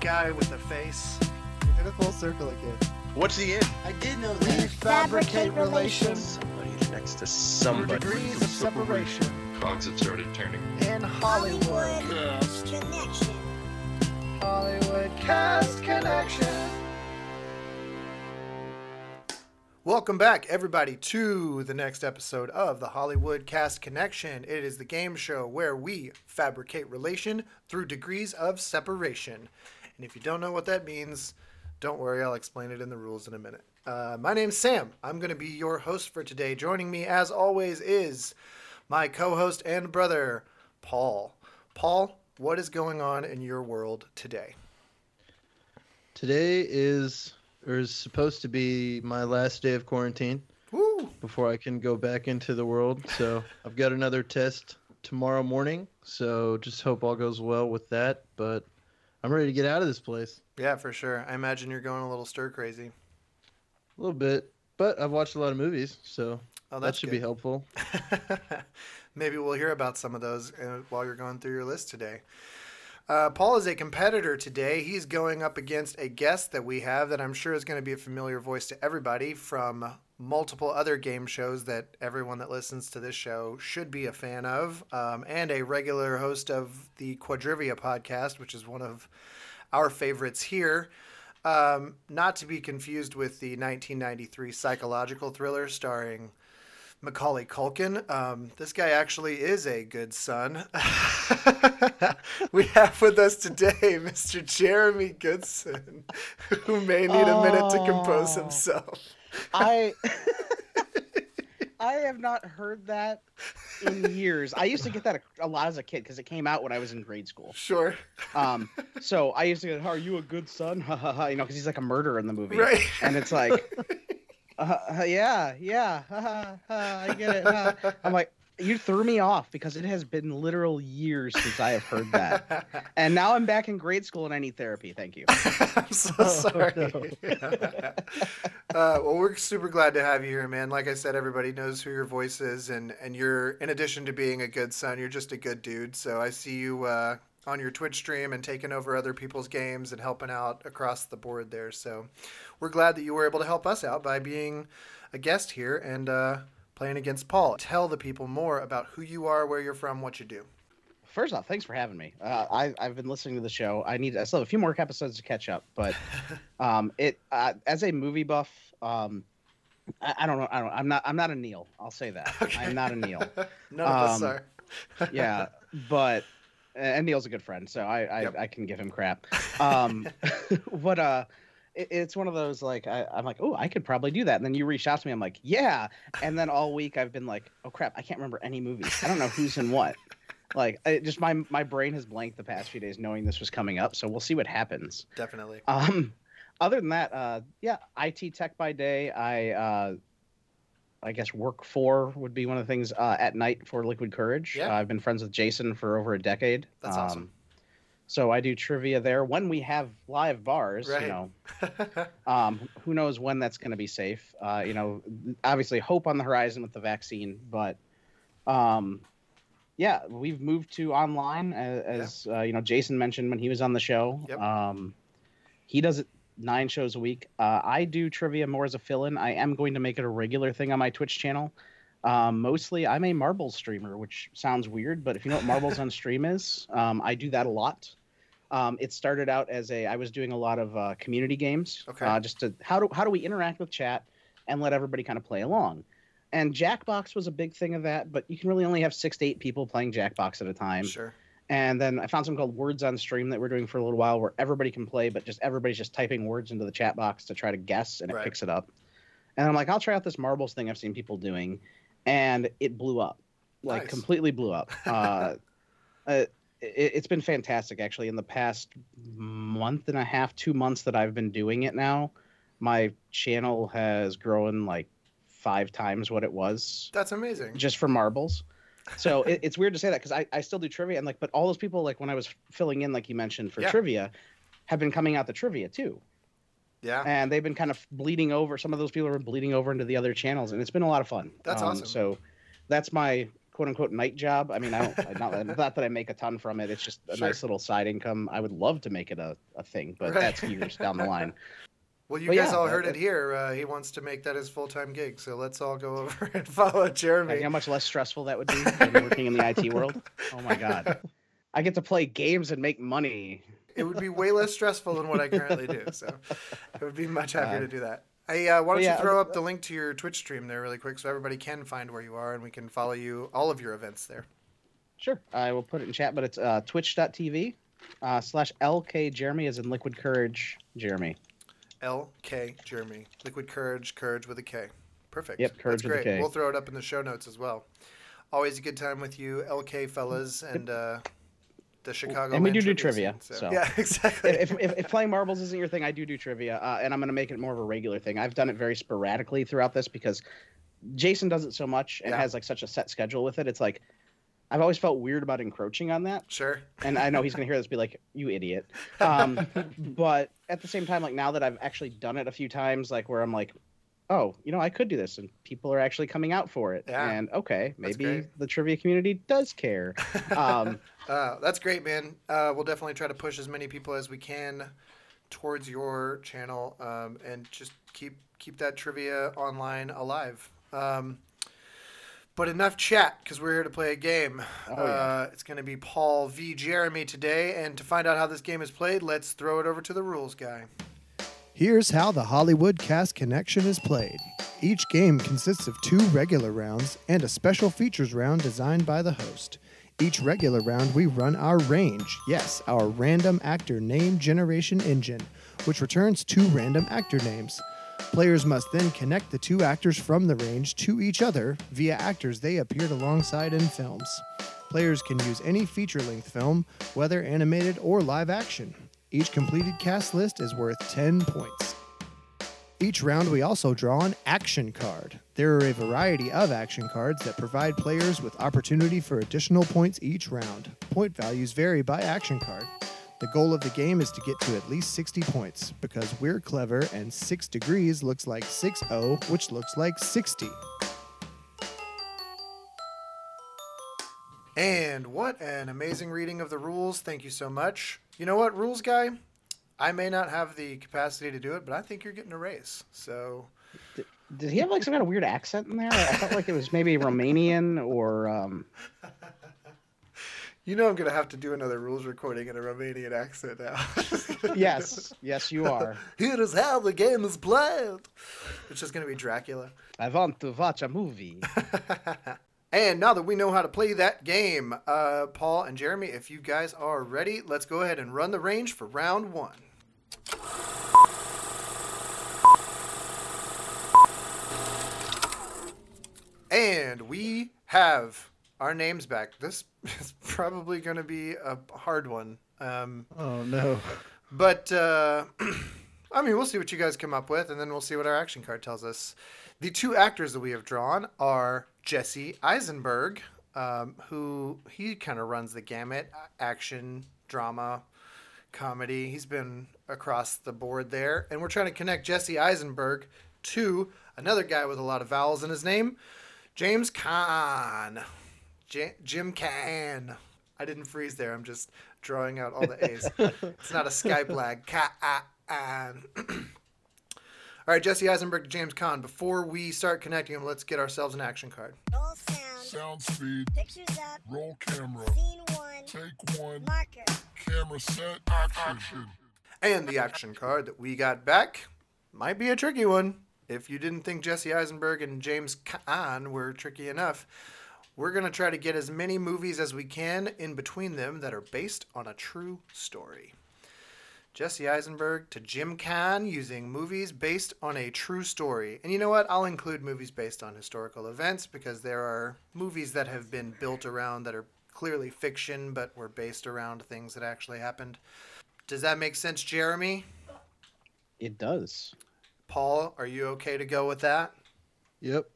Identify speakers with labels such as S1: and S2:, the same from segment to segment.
S1: guy with the face.
S2: You're in a full circle again.
S3: What's he in?
S4: I did know
S5: We
S4: that.
S5: fabricate relations
S3: Somebody's next to
S1: Through
S3: somebody.
S1: degrees of separation
S6: Cogs have started turning.
S1: in Hollywood.
S5: Cast Connection.
S1: Hollywood Cast Connection. Welcome back, everybody, to the next episode of the Hollywood Cast Connection. It is the game show where we fabricate relation through degrees of separation. And if you don't know what that means, don't worry, I'll explain it in the rules in a minute. Uh, my name's Sam. I'm going to be your host for today. Joining me, as always, is my co host and brother, Paul. Paul, what is going on in your world today?
S2: Today is or is supposed to be my last day of quarantine
S1: Woo!
S2: before I can go back into the world. So I've got another test tomorrow morning. So just hope all goes well with that. But I'm ready to get out of this place
S1: Yeah, for sure. I imagine you're going a little stir crazy.
S2: a little bit. But I've watched a lot of movies, so
S1: Oh,
S2: that should be
S1: good.
S2: helpful.
S1: Maybe we'll hear about some of those uh, while you're going through your list today. Uh, Paul is a competitor today. He's going up against a guest that we have that I'm sure is going to be a familiar voice to everybody from multiple other game shows that everyone that listens to this show should be a fan of, um, and a regular host of the Quadrivia podcast, which is one of our favorites here. Um, not to be confused with the 1993 psychological thriller starring Macaulay Culkin. Um, this guy actually is a good son. we have with us today Mr. Jeremy Goodson, who may need a minute to compose
S4: Oh.
S1: himself.
S4: I I have not heard that in years. I used to get that a, a lot as a kid because it came out when I was in grade school.
S1: Sure.
S4: Um, so I used to get, "Are you a good son?" Ha ha ha. You know, because he's like a murderer in the movie,
S1: Right.
S4: and it's like, uh, uh, yeah, yeah, ha, ha, ha, I get it. ha. I'm like, you threw me off because it has been literal years since I have heard that, and now I'm back in grade school and I need therapy. Thank you.
S1: I'm so
S2: Oh,
S1: sorry.
S2: no.
S1: uh, well, we're super glad to have you here, man. Like I said, everybody knows who your voice is, and and you're in addition to being a good son, you're just a good dude. So I see you uh, on your Twitch stream and taking over other people's games and helping out across the board there. So we're glad that you were able to help us out by being a guest here and uh, playing against Paul. Tell the people more about who you are, where you're from, what you do.
S4: First off, thanks for having me. Uh, I, I've been listening to the show. I need I still have a few more episodes to catch up, but um, it uh, as a movie buff, um, I, I don't know. I don't. I'm not. I'm not a Neil. I'll say that. I'm not a Neil.
S1: None of us
S4: Um,
S1: are.
S4: yeah, but and Neil's a good friend, so I I,
S1: Yep.
S4: I can give him crap. Um, but uh, it, it's one of those like I, I'm like, oh, I could probably do that. And then you reached out to me, I'm like, yeah. And then all week I've been like, oh crap, I can't remember any movies. I don't know who's in what. Like, I just my my brain has blanked the past few days, knowing this was coming up. So we'll see what happens.
S1: Definitely.
S4: Um, other than that, uh, yeah, IT tech by day. I, uh, I guess work for would be one of the things uh, at night for Liquid Courage.
S1: Yeah.
S4: Uh, I've been friends with Jason for over a decade. Um,
S1: That's awesome.
S4: So I do trivia there when we have live bars.
S1: Right.
S4: You know, um, who knows when that's going to be safe? Uh, you know, obviously hope on the horizon with the vaccine, but um, yeah, we've moved to online as, as uh, you know. Jason mentioned when he was on the show.
S1: Yep.
S4: Um, he does it nine shows a week. Uh, I do trivia more as a fill-in. I am going to make it a regular thing on my Twitch channel. Um, mostly, I'm a marbles streamer, which sounds weird, but if you know what marbles on stream is, um, I do that a lot. Um, it started out as a I was doing a lot of uh, community games,
S1: Okay.
S4: uh, just to how do how do we interact with chat and let everybody kind of play along. And Jackbox was a big thing of that, but you can really only have six to eight people playing Jackbox at a time.
S1: sure.
S4: And then I found something called Words on Stream that we're doing for a little while, where everybody can play, but just everybody's just typing words into the chat box to try to guess, and it
S1: Right.
S4: picks it up. And I'm like, I'll try out this marbles thing I've seen people doing, and it blew up, like
S1: Nice.
S4: completely blew up. Uh, uh, it, it's been fantastic, actually. In the past month and a half, two months that I've been doing it now, my channel has grown like five times what it was
S1: That's amazing.
S4: just for marbles. So it, it's weird to say that because I, I still do trivia and like, but all those people like when I was filling in, like you mentioned for
S1: Yeah.
S4: trivia, have been coming out the trivia too,
S1: Yeah.
S4: and they've been kind of bleeding over. Some of those people are bleeding over into the other channels, and it's been a lot of fun.
S1: That's awesome.
S4: So Um, that's my quote unquote night job. I mean, I don't, I- not, that- not that I make a ton from it. It's just a
S1: Sure.
S4: nice little side income. I would love to make it a, a thing, but
S1: Right.
S4: that's years down the line.
S1: Well, you
S4: Well,
S1: guys
S4: yeah,
S1: all
S4: that-
S1: heard it
S4: that-
S1: here. Uh, he wants to make that his full time gig. So let's all go over and follow
S4: Like, how
S1: Jeremy.
S4: much less stressful that would be than working in the IT world. Oh my god, I get to play games and make money.
S1: It would be way less stressful than what I currently do. So I would be much happier to
S4: God.
S1: do that. Hey, uh, why
S4: But
S1: don't
S4: yeah,
S1: you
S4: other
S1: throw
S4: than
S1: up the link to your Twitch stream there really quick so everybody can find where you are and we can follow you, all of your events there.
S4: Sure, I will put it in chat, but it's uh, twitch.tv uh, slash LK Jeremy as in Liquid Courage Jeremy.
S1: L K Jeremy. Liquid Courage, Courage with a K. Perfect.
S4: Yep, Courage
S1: That's
S4: with a
S1: great.
S4: K.
S1: We'll throw it up in the show notes as well. Always a good time with you, LK fellas, and uh, the Chicago.
S4: And we
S1: Land
S4: do do trivia,
S1: scene,
S4: so-
S1: yeah, exactly.
S4: if, if, if playing marbles isn't your thing, I do do trivia, uh, and I'm going to make it more of a regular thing. I've done it very sporadically throughout this because Jason does it so much and
S1: Yeah.
S4: has like such a set schedule with it. It's like I've always felt weird about encroaching on that,
S1: sure.
S4: and I know he's going to hear this, and be like, "You idiot." Um, but at the same time, like now that I've actually done it a few times, like where I'm like, "Oh, you know, I could do this," and people are actually coming out for it,
S1: Yeah.
S4: and okay,
S1: That's
S4: maybe
S1: great.
S4: the trivia community does care. Um,
S1: Uh, that's great, man. Uh, we'll definitely try to push as many people as we can towards your channel, um, and just keep keep that trivia online alive. Um, but enough chat because we're here to play a game.
S4: Oh, yeah.
S1: uh, it's going to be Paul v Jeremy today, and to find out how this game is played, let's throw it over to the rules guy.
S3: Here's how the Hollywood Cast Connection is played. Each game consists of two regular rounds and a special features round designed by the host. Each regular round, we run our range, yes, our random actor name generation engine, which returns two random actor names. Players must then connect the two actors from the range to each other via actors they appeared alongside in films. Players can use any feature length film, whether animated or live action. Each completed cast list is worth 10 points. Each round, we also draw an action card. There are a variety of action cards that provide players with opportunity for additional points each round. Point values vary by action card. The goal of the game is to get to at least 60 points because we're clever and 6 degrees looks like 60, which looks like 60.
S1: And what an amazing reading of the rules. Thank you so much. You know what, rules guy? I may not have the capacity to do it, but I think you're getting a raise. So
S4: Did he have like some kind of weird accent in there? I felt like it was maybe Romanian or um,
S1: You know I'm gonna have to do another rules recording in a Romanian accent now.
S4: yes, yes, you are.
S1: Here is how the game is played. It's just gonna be Dracula.
S4: I want to watch a movie.
S1: and now that we know how to play that game, uh, Paul and Jeremy, if you guys are ready, let's go ahead and run the range for round one. And we have our names back. This is probably going to be a hard one. Um,
S2: Oh no.
S1: But uh, I mean, we'll see what you guys come up with, and then we'll see what our action card tells us. The two actors that we have drawn are Jesse Eisenberg, um, who he kind of runs the gamut: a- action, drama, comedy. He's been across the board there, and we're trying to connect Jesse Eisenberg to another guy with a lot of vowels in his name, James Caan. J- Jim Can. I didn't freeze there. I'm just drawing out all the A's. it's not a Skype lag. Can. all right, Jesse Eisenberg to James Caan. Before we start connecting them, let's get ourselves an action card.
S5: Roll sound.
S6: Sound speed,
S5: Pictures up.
S6: roll camera,
S5: Scene one.
S6: take one,
S5: Marker.
S6: camera set, action.
S1: And the action card that we got back might be a tricky one. If you didn't think Jesse Eisenberg and James Caan were tricky enough, we're going to try to get as many movies as we can in between them that are based on a true story. Jesse Eisenberg to Jim Caan using movies based on a true story. And you know what? I'll include movies based on historical events because there are movies that have been built around that are clearly fiction but were based around things that actually happened. Does that make sense, Jeremy?
S4: It does.
S1: Paul, are you okay to go with that?
S2: Yep.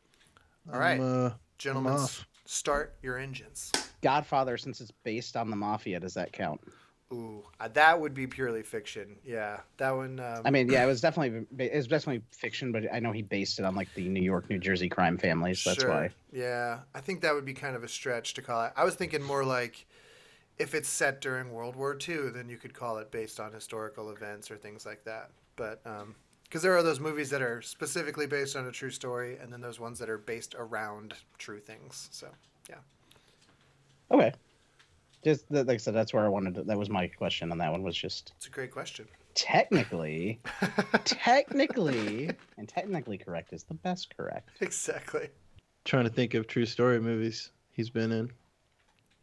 S1: All right.
S2: I'm, uh,
S1: Gentlemen,
S2: I'm
S1: s- start your engines.
S4: Godfather, since it's based on the mafia, does that count?
S1: Ooh, uh, that would be purely fiction. Yeah, that one. Um,
S4: I mean, yeah, it was definitely it was definitely fiction, but I know he based it on like the New York, New Jersey crime families. That's
S1: Sure.
S4: why.
S1: Yeah, I think that would be kind of a stretch to call it. I was thinking more like if it's set during World War II, then you could call it based on historical events or things like that. But because there are those movies that are specifically based on a true story, and then those ones that are based around true things. So yeah,
S4: Okay. Just th- like I said, that's where I wanted. To, that was my question on that one. Was just
S1: it's a great question.
S4: technically, technically, and technically correct is the best correct.
S1: Exactly.
S2: Trying to think of true story movies he's been in.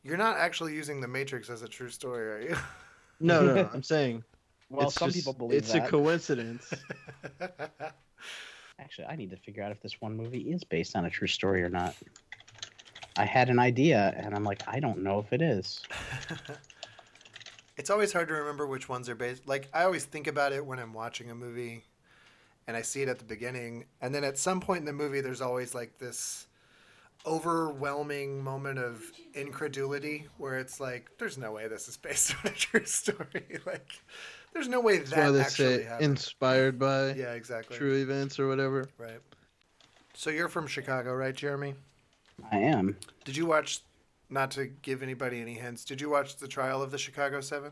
S1: You're not actually using The Matrix as a true story, are you?
S2: No, no, no, I'm saying.
S4: Well,
S2: it's
S4: some
S2: just-
S4: people believe
S2: it's
S4: that.
S2: a coincidence.
S4: Actually, I need to figure out if this one movie is based on a true story or not. I had an idea, and I'm like, I don't know if it is.
S1: it's always hard to remember which ones are based. Like I always think about it when I'm watching a movie, and I see it at the beginning, and then at some point in the movie, there's always like this overwhelming moment of incredulity where it's like, "There's no way this is based on a true story." like, there's no way
S2: That's why
S1: that
S2: they
S1: actually
S2: say
S1: happened.
S2: inspired by
S1: yeah, exactly.
S2: true events or whatever.
S1: Right. So you're from Chicago, right, Jeremy?
S4: I am.
S1: Did you watch? Not to give anybody any hints, did you watch the trial of the Chicago Seven?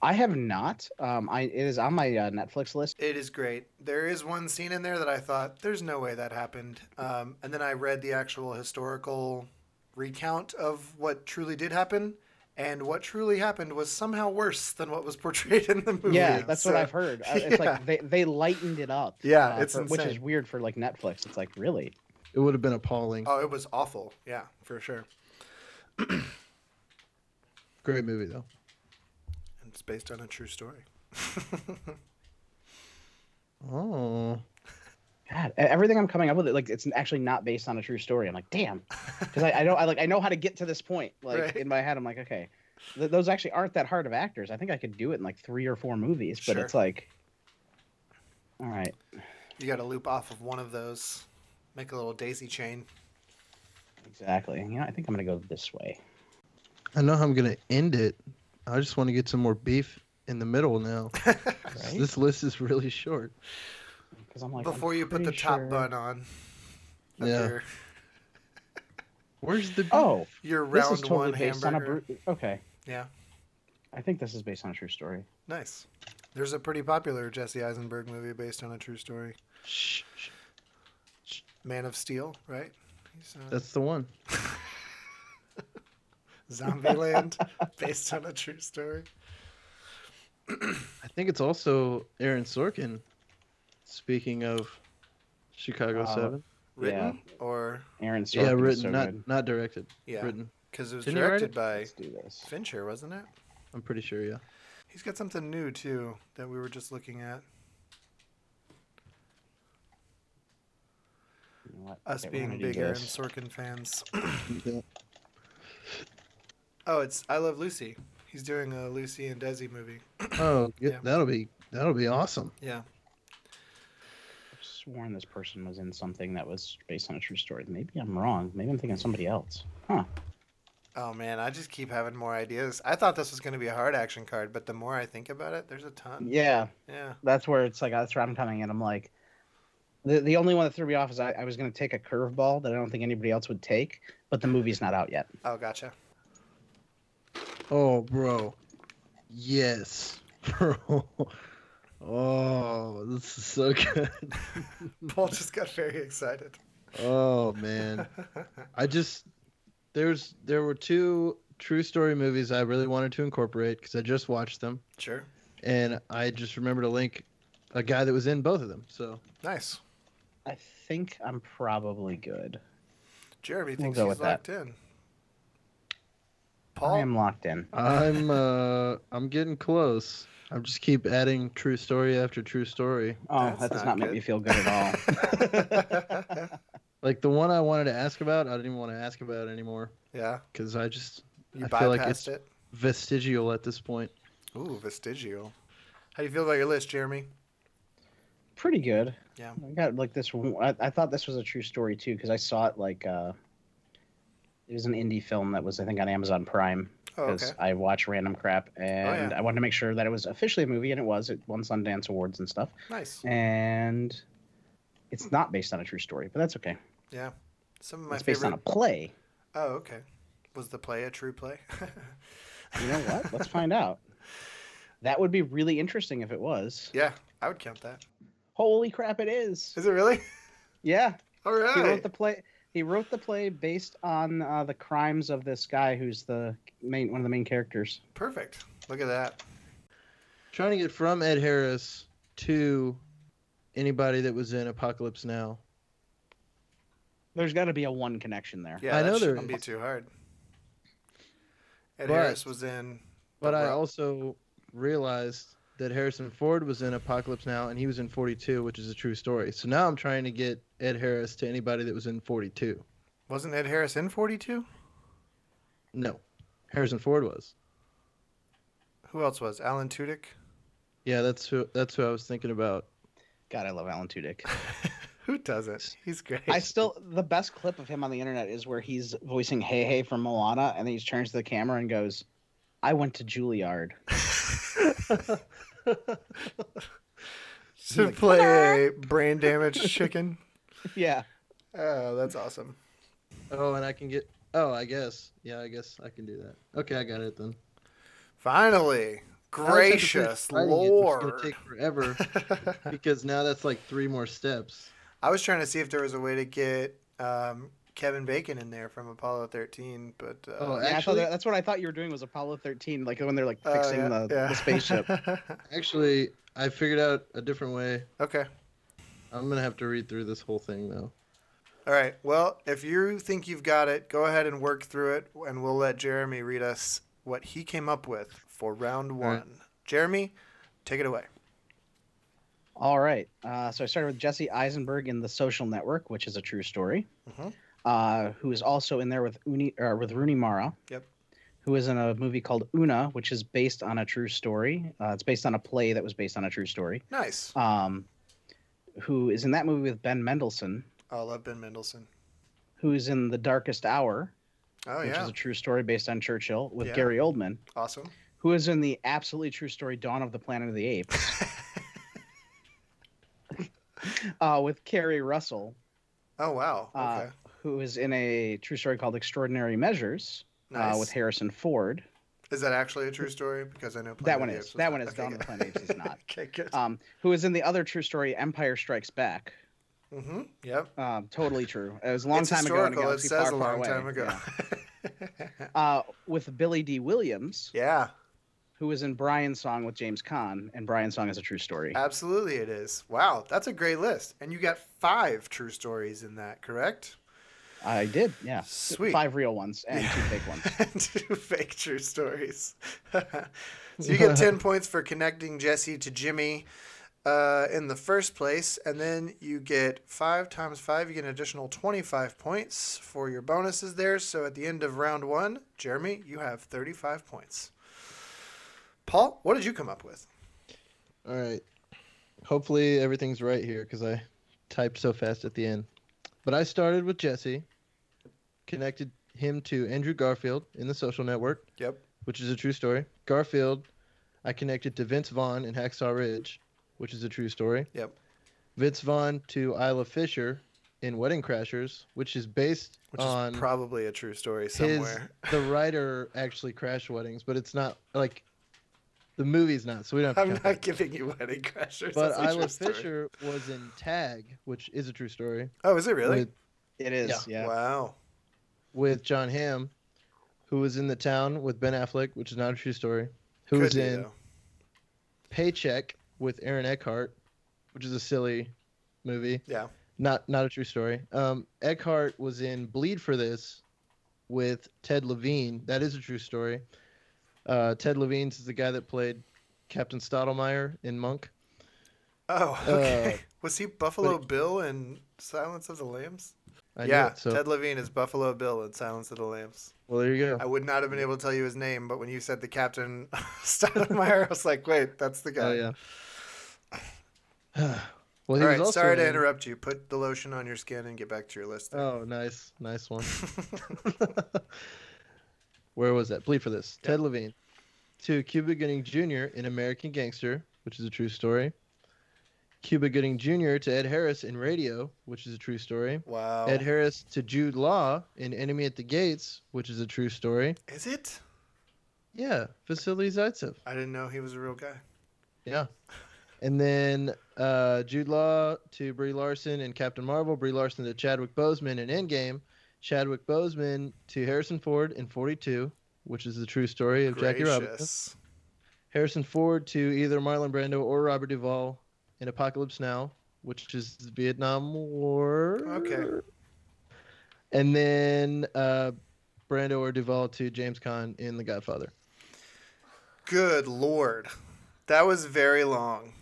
S4: I have not. Um, I it is on my uh, Netflix list.
S1: It is great. There is one scene in there that I thought, there's no way that happened. Um, and then I read the actual historical recount of what truly did happen. And what truly happened was somehow worse than what was portrayed in the movie.
S4: Yeah, that's
S1: So-
S4: what I've heard. Uh, It's
S1: Yeah.
S4: like they, they lightened it up. uh,
S1: Yeah, it's
S4: for- which is
S1: insane.
S4: weird for like Netflix. It's like really.
S2: It would have been appalling.
S1: Oh, it was awful. Yeah, for sure.
S2: Great movie though.
S1: And it's based on a true story.
S2: Oh,
S4: God, e- everything I'm coming up with, like it's actually not based on a true story. I'm like, damn, because I, I don't, I like, I know how to get to this point. Like
S1: Right.
S4: in my head, I'm like, okay, th- those actually aren't that hard of actors. I think I could do it in like three or four movies, but
S1: Sure.
S4: it's like, all right,
S1: You got to loop off of one of those, make a little daisy chain.
S4: exactly. You know, I think I'm gonna go this way.
S2: I know how I'm gonna end it. I just want to get some more beef in the middle now.
S4: Right?
S2: This list is really short.
S4: Because I'm like, I'm
S1: Before you put the
S4: pretty
S1: top
S4: sure-
S1: bun on. of
S2: Yeah.
S1: Your,
S2: Where's the beef?
S4: Oh,
S1: your round
S4: this is totally
S1: one
S4: based
S1: hamburger.
S4: on a. Bru- okay,
S1: Yeah.
S4: I think this is based on a true story.
S1: Nice. There's a pretty popular Jesse Eisenberg movie based on a true story,
S2: Shh, shh.
S1: Man of Steel, right? He's uh,
S2: That's the one.
S1: Zombieland, based on a true story.
S2: I think it's also Aaron Sorkin. Speaking of Chicago
S4: Uh,
S2: Seven,
S1: Written or
S4: Aaron Sorkin
S2: yeah,
S4: is
S2: written,
S4: so
S2: not
S4: good.
S2: not directed.
S1: yeah,
S2: Written.
S1: because it was
S2: Didn't he write
S1: directed
S2: it?
S1: by
S4: Let's do this.
S1: Fincher, wasn't it?
S2: I'm pretty sure. Yeah.
S1: He's got something new too that we were just looking at.
S4: You know what?
S1: Us
S4: Okay, we're
S1: being
S4: gonna do
S1: big Aaron
S4: this.
S1: Sorkin fans.
S2: Yeah.
S1: Oh, it's I Love Lucy. He's doing a Lucy and Desi movie.
S2: Oh, yeah,
S1: Yeah.
S2: that'll be that'll be awesome.
S1: Yeah,
S4: sworn this person was in something that was based on a true story. Maybe I'm wrong. Maybe I'm thinking of somebody else. Huh.
S1: Oh man, I just keep having more ideas. I thought this was going to be a hard action card, but the more I think about it, there's a ton.
S4: Yeah,
S1: Yeah.
S4: that's where it's like that's where I'm coming in. I'm like, the the only one that threw me off is I, I was going to take a curveball that I don't think anybody else would take, but the movie's not out yet.
S1: Oh, gotcha.
S2: Oh, bro. Yes, bro. Oh, this is so good.
S1: Paul just got very excited.
S2: Oh man, I just there's there were two true story movies I really wanted to incorporate because I just watched them
S1: Sure.
S2: and I just remembered a link, a guy that was in both of them. So
S1: Nice.
S4: I think I'm probably good.
S1: Jeremy
S4: We'll
S1: thinks
S4: go
S1: he's
S4: with that.
S1: locked in. Paul,
S4: I am locked in.
S2: I'm uh I'm getting close. I just keep adding true story after true story.
S4: Oh,
S1: That's
S4: that does
S1: not
S4: not make
S1: good.
S4: me feel good at all.
S2: Like the one I wanted to ask about, I didn't even want to ask about anymore
S1: yeah,
S2: because I just
S1: you
S2: I
S1: bypassed
S2: feel like it's-
S1: it.
S2: vestigial at this point.
S1: Ooh, vestigial. How do you feel about your list, Jeremy?
S4: Pretty good.
S1: Yeah.
S4: I got like this. one- I, I thought this was a true story too because I saw it like uh, It was an indie film that was, I think, on Amazon Prime
S1: Oh,
S4: because
S1: okay. Oh,
S4: I watch random crap, and
S1: yeah.
S4: I wanted to make sure that it was officially a movie, and it was. It won Sundance Awards and stuff,
S1: Nice.
S4: and it's not based on a true story, but that's okay.
S1: Yeah. Some of my
S4: it's based
S1: favorite.
S4: on a play.
S1: Oh, okay. Was the play a true play?
S4: You know what? Let's find out. That would be really interesting if it was.
S1: yeah, I would count that.
S4: Holy crap! It is.
S1: Is it really?
S4: Yeah,
S1: All
S4: he
S1: right.
S4: wrote the play. He wrote the play based on uh, the crimes of this guy who's the main one of the main characters.
S1: Perfect. Look at that.
S2: Trying to get from Ed Harris to anybody that was in Apocalypse Now.
S4: There's got to be a one connection there.
S1: Yeah,
S2: I
S1: that
S2: know there
S1: shouldn't be
S2: is.
S1: too hard. Ed
S2: But-
S1: Harris was in.
S2: But I
S1: Right.
S2: also realized that Harrison Ford was in Apocalypse Now and he was in 42, which is a true story. So now I'm trying to get Ed Harris to anybody that was in 42.
S1: Wasn't Ed Harris in 42?
S2: No, Harrison Ford was.
S1: Who else was? Alan Tudyk.
S2: Yeah, that's who that's who I was thinking about.
S4: God, I love Alan Tudyk.
S1: Who doesn't? He's great.
S4: I still the best clip of him on the internet is where he's voicing Hey Hey from Moana, and then he turns to the camera and goes, "I went to Juilliard."
S1: to play a brain damaged chicken.
S4: yeah,
S1: Oh, that's awesome.
S2: Oh, and I can get Oh, I guess. Yeah, I guess I can do that. Okay, I got it then.
S1: Finally,
S2: Alex had to finish
S1: gracious
S2: writing it, which is
S1: lord.
S2: gonna take forever because now that's like three more steps.
S1: I was trying to see if there was a way to get um, Kevin Bacon in there from Apollo 13, but uh,
S2: Oh,
S4: yeah I thought
S2: actually,
S4: that, that's what I thought you were doing was Apollo 13, like when they're like
S1: oh,
S4: fixing
S1: yeah,
S4: the,
S1: yeah.
S4: the spaceship.
S2: actually, I figured out a different way.
S1: okay.
S2: I'm gonna have to read through this whole thing though.
S1: All right. Well, if you think you've got it, go ahead and work through it, and we'll let Jeremy read us what he came up with for round one.
S2: right.
S1: Jeremy, take it away.
S4: All right. Uh, so I started with Jesse Eisenberg in The Social Network, which is a true story.
S1: Mhm.
S4: Uh, who is also in there with Uni or with Rooney Mara.
S1: Yep.
S4: Who is in a movie called Una, which is based on a true story. Uh, it's based on a play that was based on a true story.
S1: Nice.
S4: Um, who is in that movie with Ben Mendelsohn?
S1: I love Ben Mendelsohn.
S4: Who's in The Darkest Hour,
S1: Oh
S4: which
S1: yeah,
S4: is a true story based on Churchill with
S1: Yeah.
S4: Gary Oldman.
S1: awesome.
S4: who is in the absolutely true story Dawn of the Planet of the Apes uh, with Carrie Russell,
S1: Oh wow. Okay.
S4: Uh, who is in a true story called Extraordinary Measures
S1: nice.
S4: uh, with Harrison Ford.
S1: Is that actually a true story? Because I know
S4: that
S1: Planet
S4: one
S1: of the
S4: is.
S1: Apes was
S4: That
S1: not-
S4: one is
S1: okay,
S4: Dawn of the
S1: good.
S4: Planet of the Apes is not.
S1: okay, good.
S4: Um, who is in the other true story Empire Strikes Back.
S1: mm-hmm. Yep.
S4: Um, totally true. It was a long
S1: it's
S4: time ago. in a
S1: historical. it
S4: galaxy
S1: says
S4: far,
S1: a
S4: far
S1: long
S4: away.
S1: time ago.
S4: Yeah. Uh, with Billy D. Williams,
S1: yeah.
S4: who is in Brian's Song with James Caan, and Brian's Song is a true story.
S1: Uh, Absolutely, it is. Wow, that's a great list. And you got five true stories in that, correct?
S4: I did, yeah.
S1: Sweet.
S4: Five real ones and two
S1: Yeah.
S4: fake ones.
S1: Two fake true stories. so you get 10 points for connecting Jesse to Jimmy uh, in the first place. And then you get five times five, you get an additional 25 points for your bonuses there. So at the end of round one, Jeremy, you have 35 points. Paul, what did you come up with?
S2: All right. Hopefully everything's right here because I typed so fast at the end. But I started with Jesse, connected him to Andrew Garfield in the social network,
S1: Yep.
S2: which is a true story. Garfield, I connected to Vince Vaughn in Hacksaw Ridge, which is a true story.
S1: Yep.
S2: Vince Vaughn to Isla Fisher in Wedding Crashers, which is based
S1: Which
S2: on
S1: is probably a true story
S2: his
S1: somewhere.
S2: the writer actually crashed weddings, but it's not like the movie's not, so we don't have to
S1: I'm
S2: count that.
S1: not giving you wedding crashers.
S2: But
S1: That's a
S2: Isla
S1: true story.
S2: Fisher was in Tag, which is a true story.
S1: Oh, is it really?
S2: With,
S4: It is, yeah.
S1: Wow.
S2: with John Hamm, who was in The Town with Ben Affleck, which is not a true story. Who was
S1: Could be,
S2: in
S1: though.
S2: Paycheck with Aaron Eckhart, which is a silly movie.
S1: Yeah.
S2: Not not a true story. Um, Eckhart was in Bleed for This with Ted Levine. That is a true story. Uh, Ted Levine's is the guy that played Captain Stottlemyre in Monk.
S1: Oh,
S2: Uh,
S1: okay. was he Buffalo
S2: but
S1: Bill in Silence of the Lambs?
S2: I knew
S1: yeah,
S2: it, so
S1: Ted Levine is Buffalo Bill in Silence of the Lambs.
S2: well there you go.
S1: I would not have been able to tell you his name, but when you said the Captain Stoudemire, I was like, wait, that's the guy.
S2: Oh yeah. Oh, Well,
S1: All
S2: he was
S1: right,
S2: also
S1: sorry to
S2: in-
S1: interrupt you. Put the lotion on your skin and get back to your list. there.
S2: Oh, nice, nice one. Where was that? Bleed for this. Ted Levine to Cuba Gooding Jr. in American Gangster, which is a true story. Cuba Gooding Jr. to Ed Harris in Radio, which is a true story.
S1: wow.
S2: Ed Harris to Jude Law in Enemy at the Gates, which is a true story.
S1: Is it?
S2: Yeah, Vasily Zaitsev.
S1: I didn't know he was a real guy.
S2: Yeah. And then uh, Jude Law to Brie Larson and Captain Marvel, Brie Larson to Chadwick Boseman in Endgame, Chadwick Boseman to Harrison Ford in 42, which is the true story of Jackie Robinson.
S1: Gracious.
S2: Harrison Ford to either Marlon Brando or Robert Duvall in Apocalypse Now, which is the Vietnam War.
S1: Okay.
S2: And then uh, Brando or Duvall to James Caan in The Godfather.
S1: Good lord. That was very long.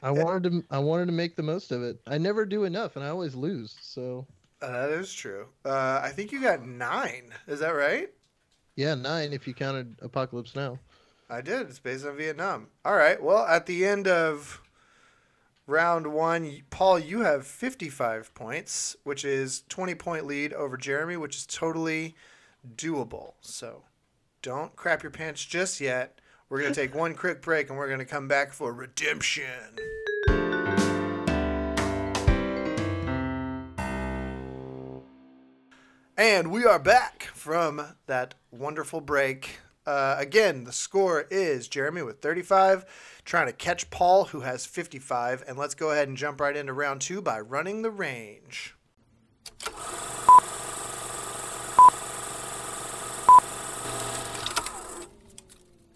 S2: I wanted to I wanted to make the most of it. I never do enough, and I always lose. So
S1: Uh, that is true. Uh, I think you got nine. Is that right?
S2: yeah, nine if you counted Apocalypse Now.
S1: I did. It's based on Vietnam. All right. Well, at the end of round one, Paul, you have 55 points, which is 20 point lead over Jeremy, which is totally doable. So don't crap your pants just yet. We're going to take one quick break and we're going to come back for redemption. And we are back from that wonderful break. Uh, again, the score is Jeremy with 35, trying to catch Paul, who has 55. And let's go ahead and jump right into round two by running the range.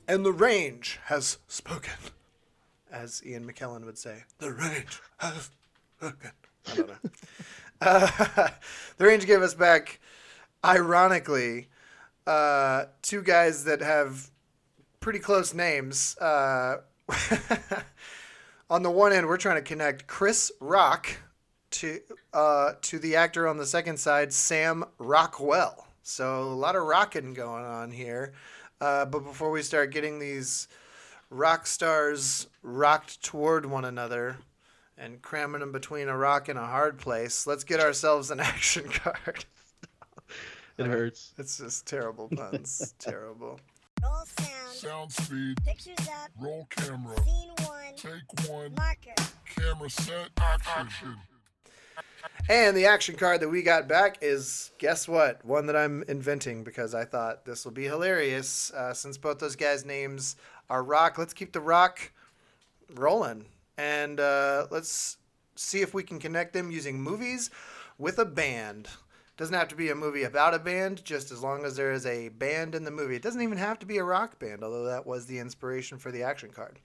S1: And the range has spoken, as Ian McKellen would say. The range has spoken. I don't know. Uh, the range gave us back, ironically, uh, two guys that have pretty close names. Uh, on the one end, we're trying to connect Chris Rock to uh, to the actor on the second side, Sam Rockwell. So a lot of rocking going on here. Uh, but before we start getting these rock stars rocked toward one another, and cramming them between a rock and a hard place. Let's get ourselves an action card.
S2: It hurts.
S1: It's just terrible puns. terrible.
S5: Roll sound.
S6: Sound speed.
S5: Pictures up.
S6: Roll camera.
S5: Scene one.
S6: Take one.
S5: Marker.
S6: Camera set. Action.
S1: And the action card that we got back is guess what? One that I'm inventing because I thought this will be hilarious. Uh, since both those guys' names are Rock, let's keep the Rock rolling. And uh, let's see if we can connect them using movies with a band. Doesn't have to be a movie about a band, just as long as there is a band in the movie. It doesn't even have to be a rock band, although that was the inspiration for the action card.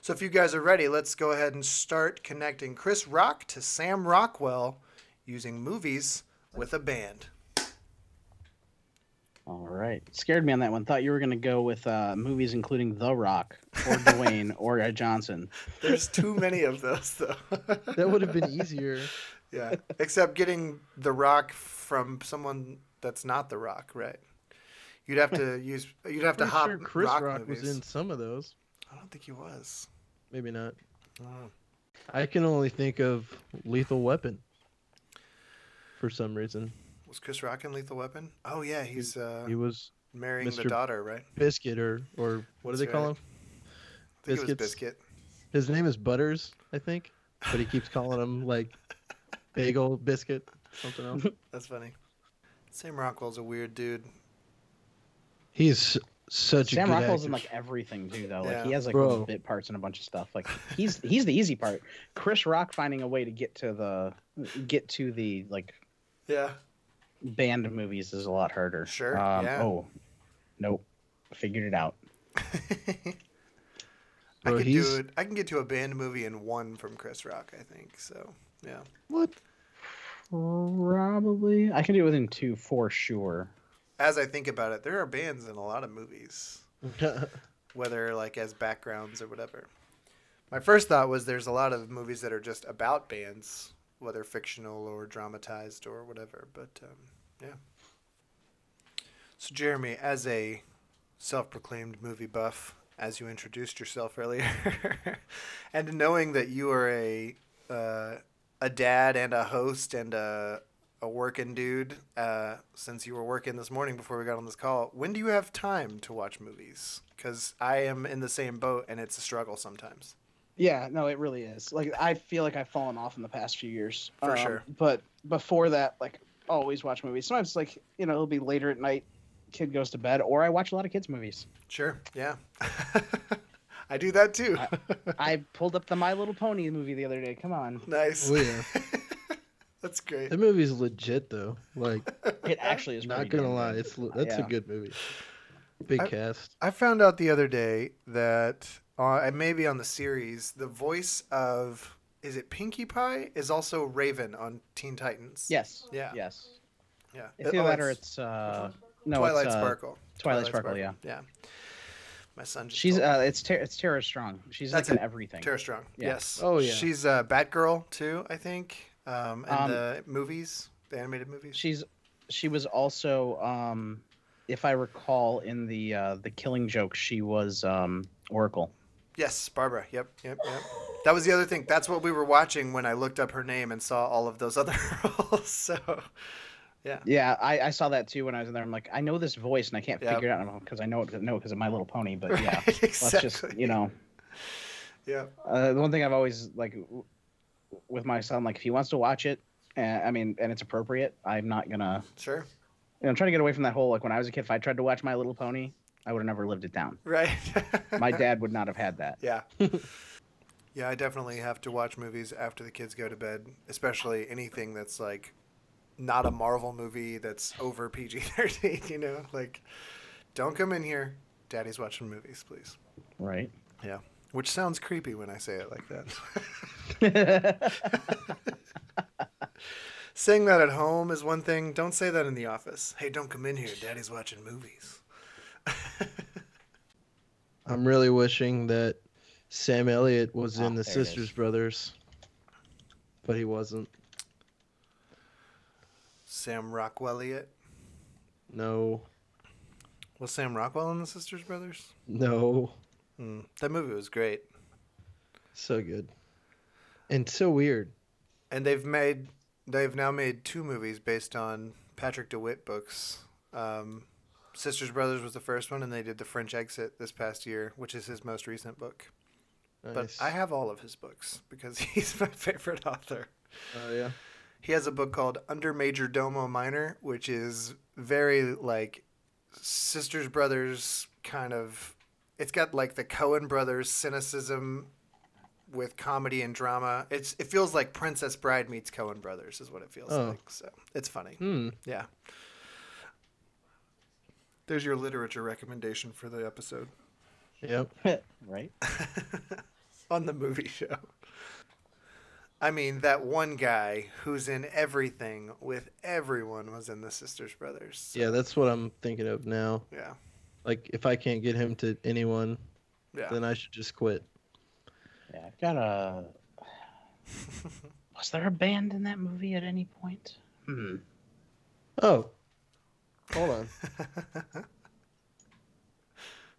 S1: So if you guys are ready, let's go ahead and start connecting Chris Rock to Sam Rockwell using movies with a band.
S4: All right. Scared me on that one. Thought you were going to go with uh, movies including The Rock or Dwayne or uh, Johnson.
S1: There's too many of those though.
S2: That would have been easier.
S1: yeah. Except getting the rock from someone that's not the rock, right? You'd have to use you'd have to
S2: Pretty
S1: hop
S2: sure Chris
S1: rock,
S2: Rock,
S1: movies.
S2: was in some of those.
S1: I don't think he was.
S2: Maybe not.
S1: Oh.
S2: I can only think of Lethal Weapon for some reason.
S1: Was Chris Rock in Lethal Weapon? Oh yeah, he's uh,
S2: He was
S1: marrying the
S2: Mr.
S1: daughter, right?
S2: Biscuit or or what do they
S1: That's
S2: call
S1: right.
S2: him?
S1: I think it was
S2: Biscuits.
S1: Biscuit.
S2: His name is Butters, I think, but he keeps calling him like Bagel Biscuit, something else.
S1: That's funny. Sam Rockwell's a weird dude.
S2: He's such a
S4: Sam
S2: good
S4: Rockwell's
S2: actor.
S4: in like everything too, though. Like
S1: Yeah.
S4: he has like
S2: Bro.
S4: little bit parts and a bunch of stuff. Like he's he's the easy part. Chris Rock finding a way to get to the get to the like
S1: Yeah.
S4: band movies is a lot harder.
S1: Sure,
S4: Um,
S1: yeah.
S4: Oh, nope. Figured it out.
S1: I
S2: Bro,
S1: could
S2: he's-
S1: do it. I can get to a band movie in one from Chris Rock. I think so. Yeah.
S2: what?
S4: Probably. I can do it within two for sure.
S1: As I think about it, there are bands in a lot of movies,
S2: Oh,
S1: whether like as backgrounds or whatever. My first thought was there's a lot of movies that are just about bands, whether fictional or dramatized or whatever. But um, yeah. So Jeremy, as a self-proclaimed movie buff, as you introduced yourself earlier, and knowing that you are a uh, a dad and a host and a a working dude, uh, since you were working this morning before we got on this call, when do you have time to watch movies? Because I am in the same boat, and it's a struggle sometimes.
S4: Yeah, no, it really is. Like I feel like I've fallen off in the past few years. um,
S1: For sure.
S4: But before that, like always watch movies. Sometimes like, you know, it'll be later at night, kid goes to bed, or I watch a lot of kids' movies.
S1: Sure. Yeah. I do that too.
S4: I pulled up the My Little Pony movie the other day. Come on.
S1: nice.
S2: Oh yeah,
S1: That's great.
S2: that movie's legit though. Like,
S4: It actually is
S2: not
S4: pretty
S2: gonna
S4: damn
S2: lie,
S4: good.
S2: it's le- that's
S4: Yeah.
S2: a good movie. Big
S1: I-
S2: cast.
S1: I found out the other day that uh, maybe on the series, the voice of is it Pinkie Pie is also Raven on Teen Titans.
S4: Yes.
S1: Yeah.
S4: Yes.
S1: yeah.
S4: It's
S1: Oh,
S4: either that or
S1: that's
S4: it's uh no
S1: Twilight
S4: it's, uh,
S1: Sparkle.
S4: Twilight, Sparkle, yeah.
S1: Yeah. My son. Just
S4: She's
S1: told me.
S4: uh it's Ter- it's Tara Strong. She's
S1: That's
S4: like
S1: it.
S4: in everything.
S1: Tara Strong.
S4: yeah.
S1: Yes.
S2: Oh, yeah.
S1: She's uh, Batgirl too, I think. Um, in
S4: Um,
S1: the movies, the animated movies.
S4: She's she was also um if I recall in the uh the killing joke she was um Oracle.
S1: Yes, Barbara. Yep, yep, yep. That was the other thing. That's what we were watching when I looked up her name and saw all of those other roles. So,
S4: Yeah, I, I saw that too when I was in there. I'm like, I know this voice and I can't
S1: Yeah.
S4: figure it out because I know it know because of My Little Pony. But yeah,
S1: right, exactly.
S4: let's just you know,
S1: yeah.
S4: uh, the one thing I've always like w- with my son, like if he wants to watch it, uh, I mean, and it's appropriate, I'm not gonna.
S1: Sure.
S4: You know, I'm trying to get away from that whole like when I was a kid, if I tried to watch My Little Pony, I would have never lived it down.
S1: Right.
S4: My dad would not have had that.
S1: yeah. Yeah, I definitely have to watch movies after the kids go to bed, especially anything that's like not a Marvel movie that's over PG 13, you know? Like, don't come in here. Daddy's watching movies, please.
S4: Right.
S1: Yeah. Which sounds creepy when I say it like that. Saying that at home is one thing. Don't say that in the office. Hey, don't come in here. Daddy's watching movies.
S2: I'm really wishing that Sam Elliott was
S4: Ah,
S2: in the
S4: there it is.
S2: Sisters Brothers, but he wasn't.
S1: Sam Rockwell Elliott.
S2: No,
S1: Was Sam Rockwell in the Sisters Brothers?
S2: no,
S1: Mm. That movie was great.
S2: so good, and so weird.
S1: And they've made they've now made two movies based on Patrick DeWitt books. Um, Sisters Brothers was the first one, and they did The French Exit this past year, which is his most recent book.
S2: Nice.
S1: But I have all of his books because he's my favorite author.
S2: oh yeah.
S1: He has a book called Under Major Domo Minor, which is very like sisters brothers kind of. It's got like the Cohen brothers cynicism with comedy and drama. It's it feels like Princess Bride meets Cohen brothers is what it feels
S2: Oh.
S1: like. So it's funny.
S2: Hmm.
S1: Yeah. There's your literature recommendation for the episode
S2: Yep.
S4: right.
S1: on the movie show. I mean, that one guy who's in everything with everyone was in the Sisters Brothers. so-
S2: Yeah, that's what I'm thinking of now.
S1: Yeah.
S2: Like, if I can't get him to anyone,
S1: Yeah.
S2: then I should just quit.
S4: Yeah, I've got a. Was there a band in that movie at any point? Hmm.
S2: Oh, hold on.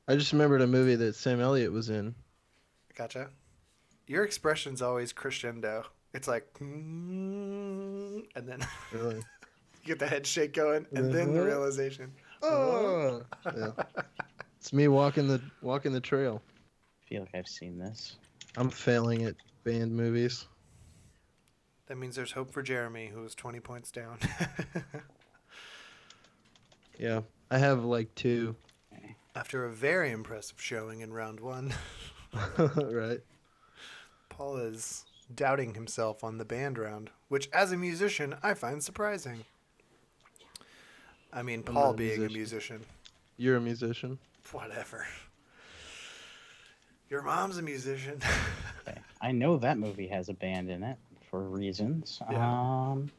S2: I just remembered a movie that Sam Elliott was in.
S1: Gotcha. Your expression's always crescendo. It's like, "Mm," and then
S2: Really?
S1: you get the head shake going, and then the
S2: Mhm.
S1: realization.
S2: Oh. Yeah. It's me walking the walking the trail.
S4: I feel like I've seen this.
S2: I'm failing at band movies.
S1: That means there's hope for Jeremy, who is 20 points down.
S2: Yeah, I have like two.
S1: After a very impressive showing in round one,
S2: right.
S1: Paul is doubting himself on the band round, which, as a musician, I find surprising. I mean,
S2: I'm
S1: Paul
S2: not a
S1: being a musician.
S2: musician. You're a musician.
S1: Whatever. Your mom's a musician.
S4: Okay. I know that movie has a band in it for reasons.
S1: Yeah.
S4: Um,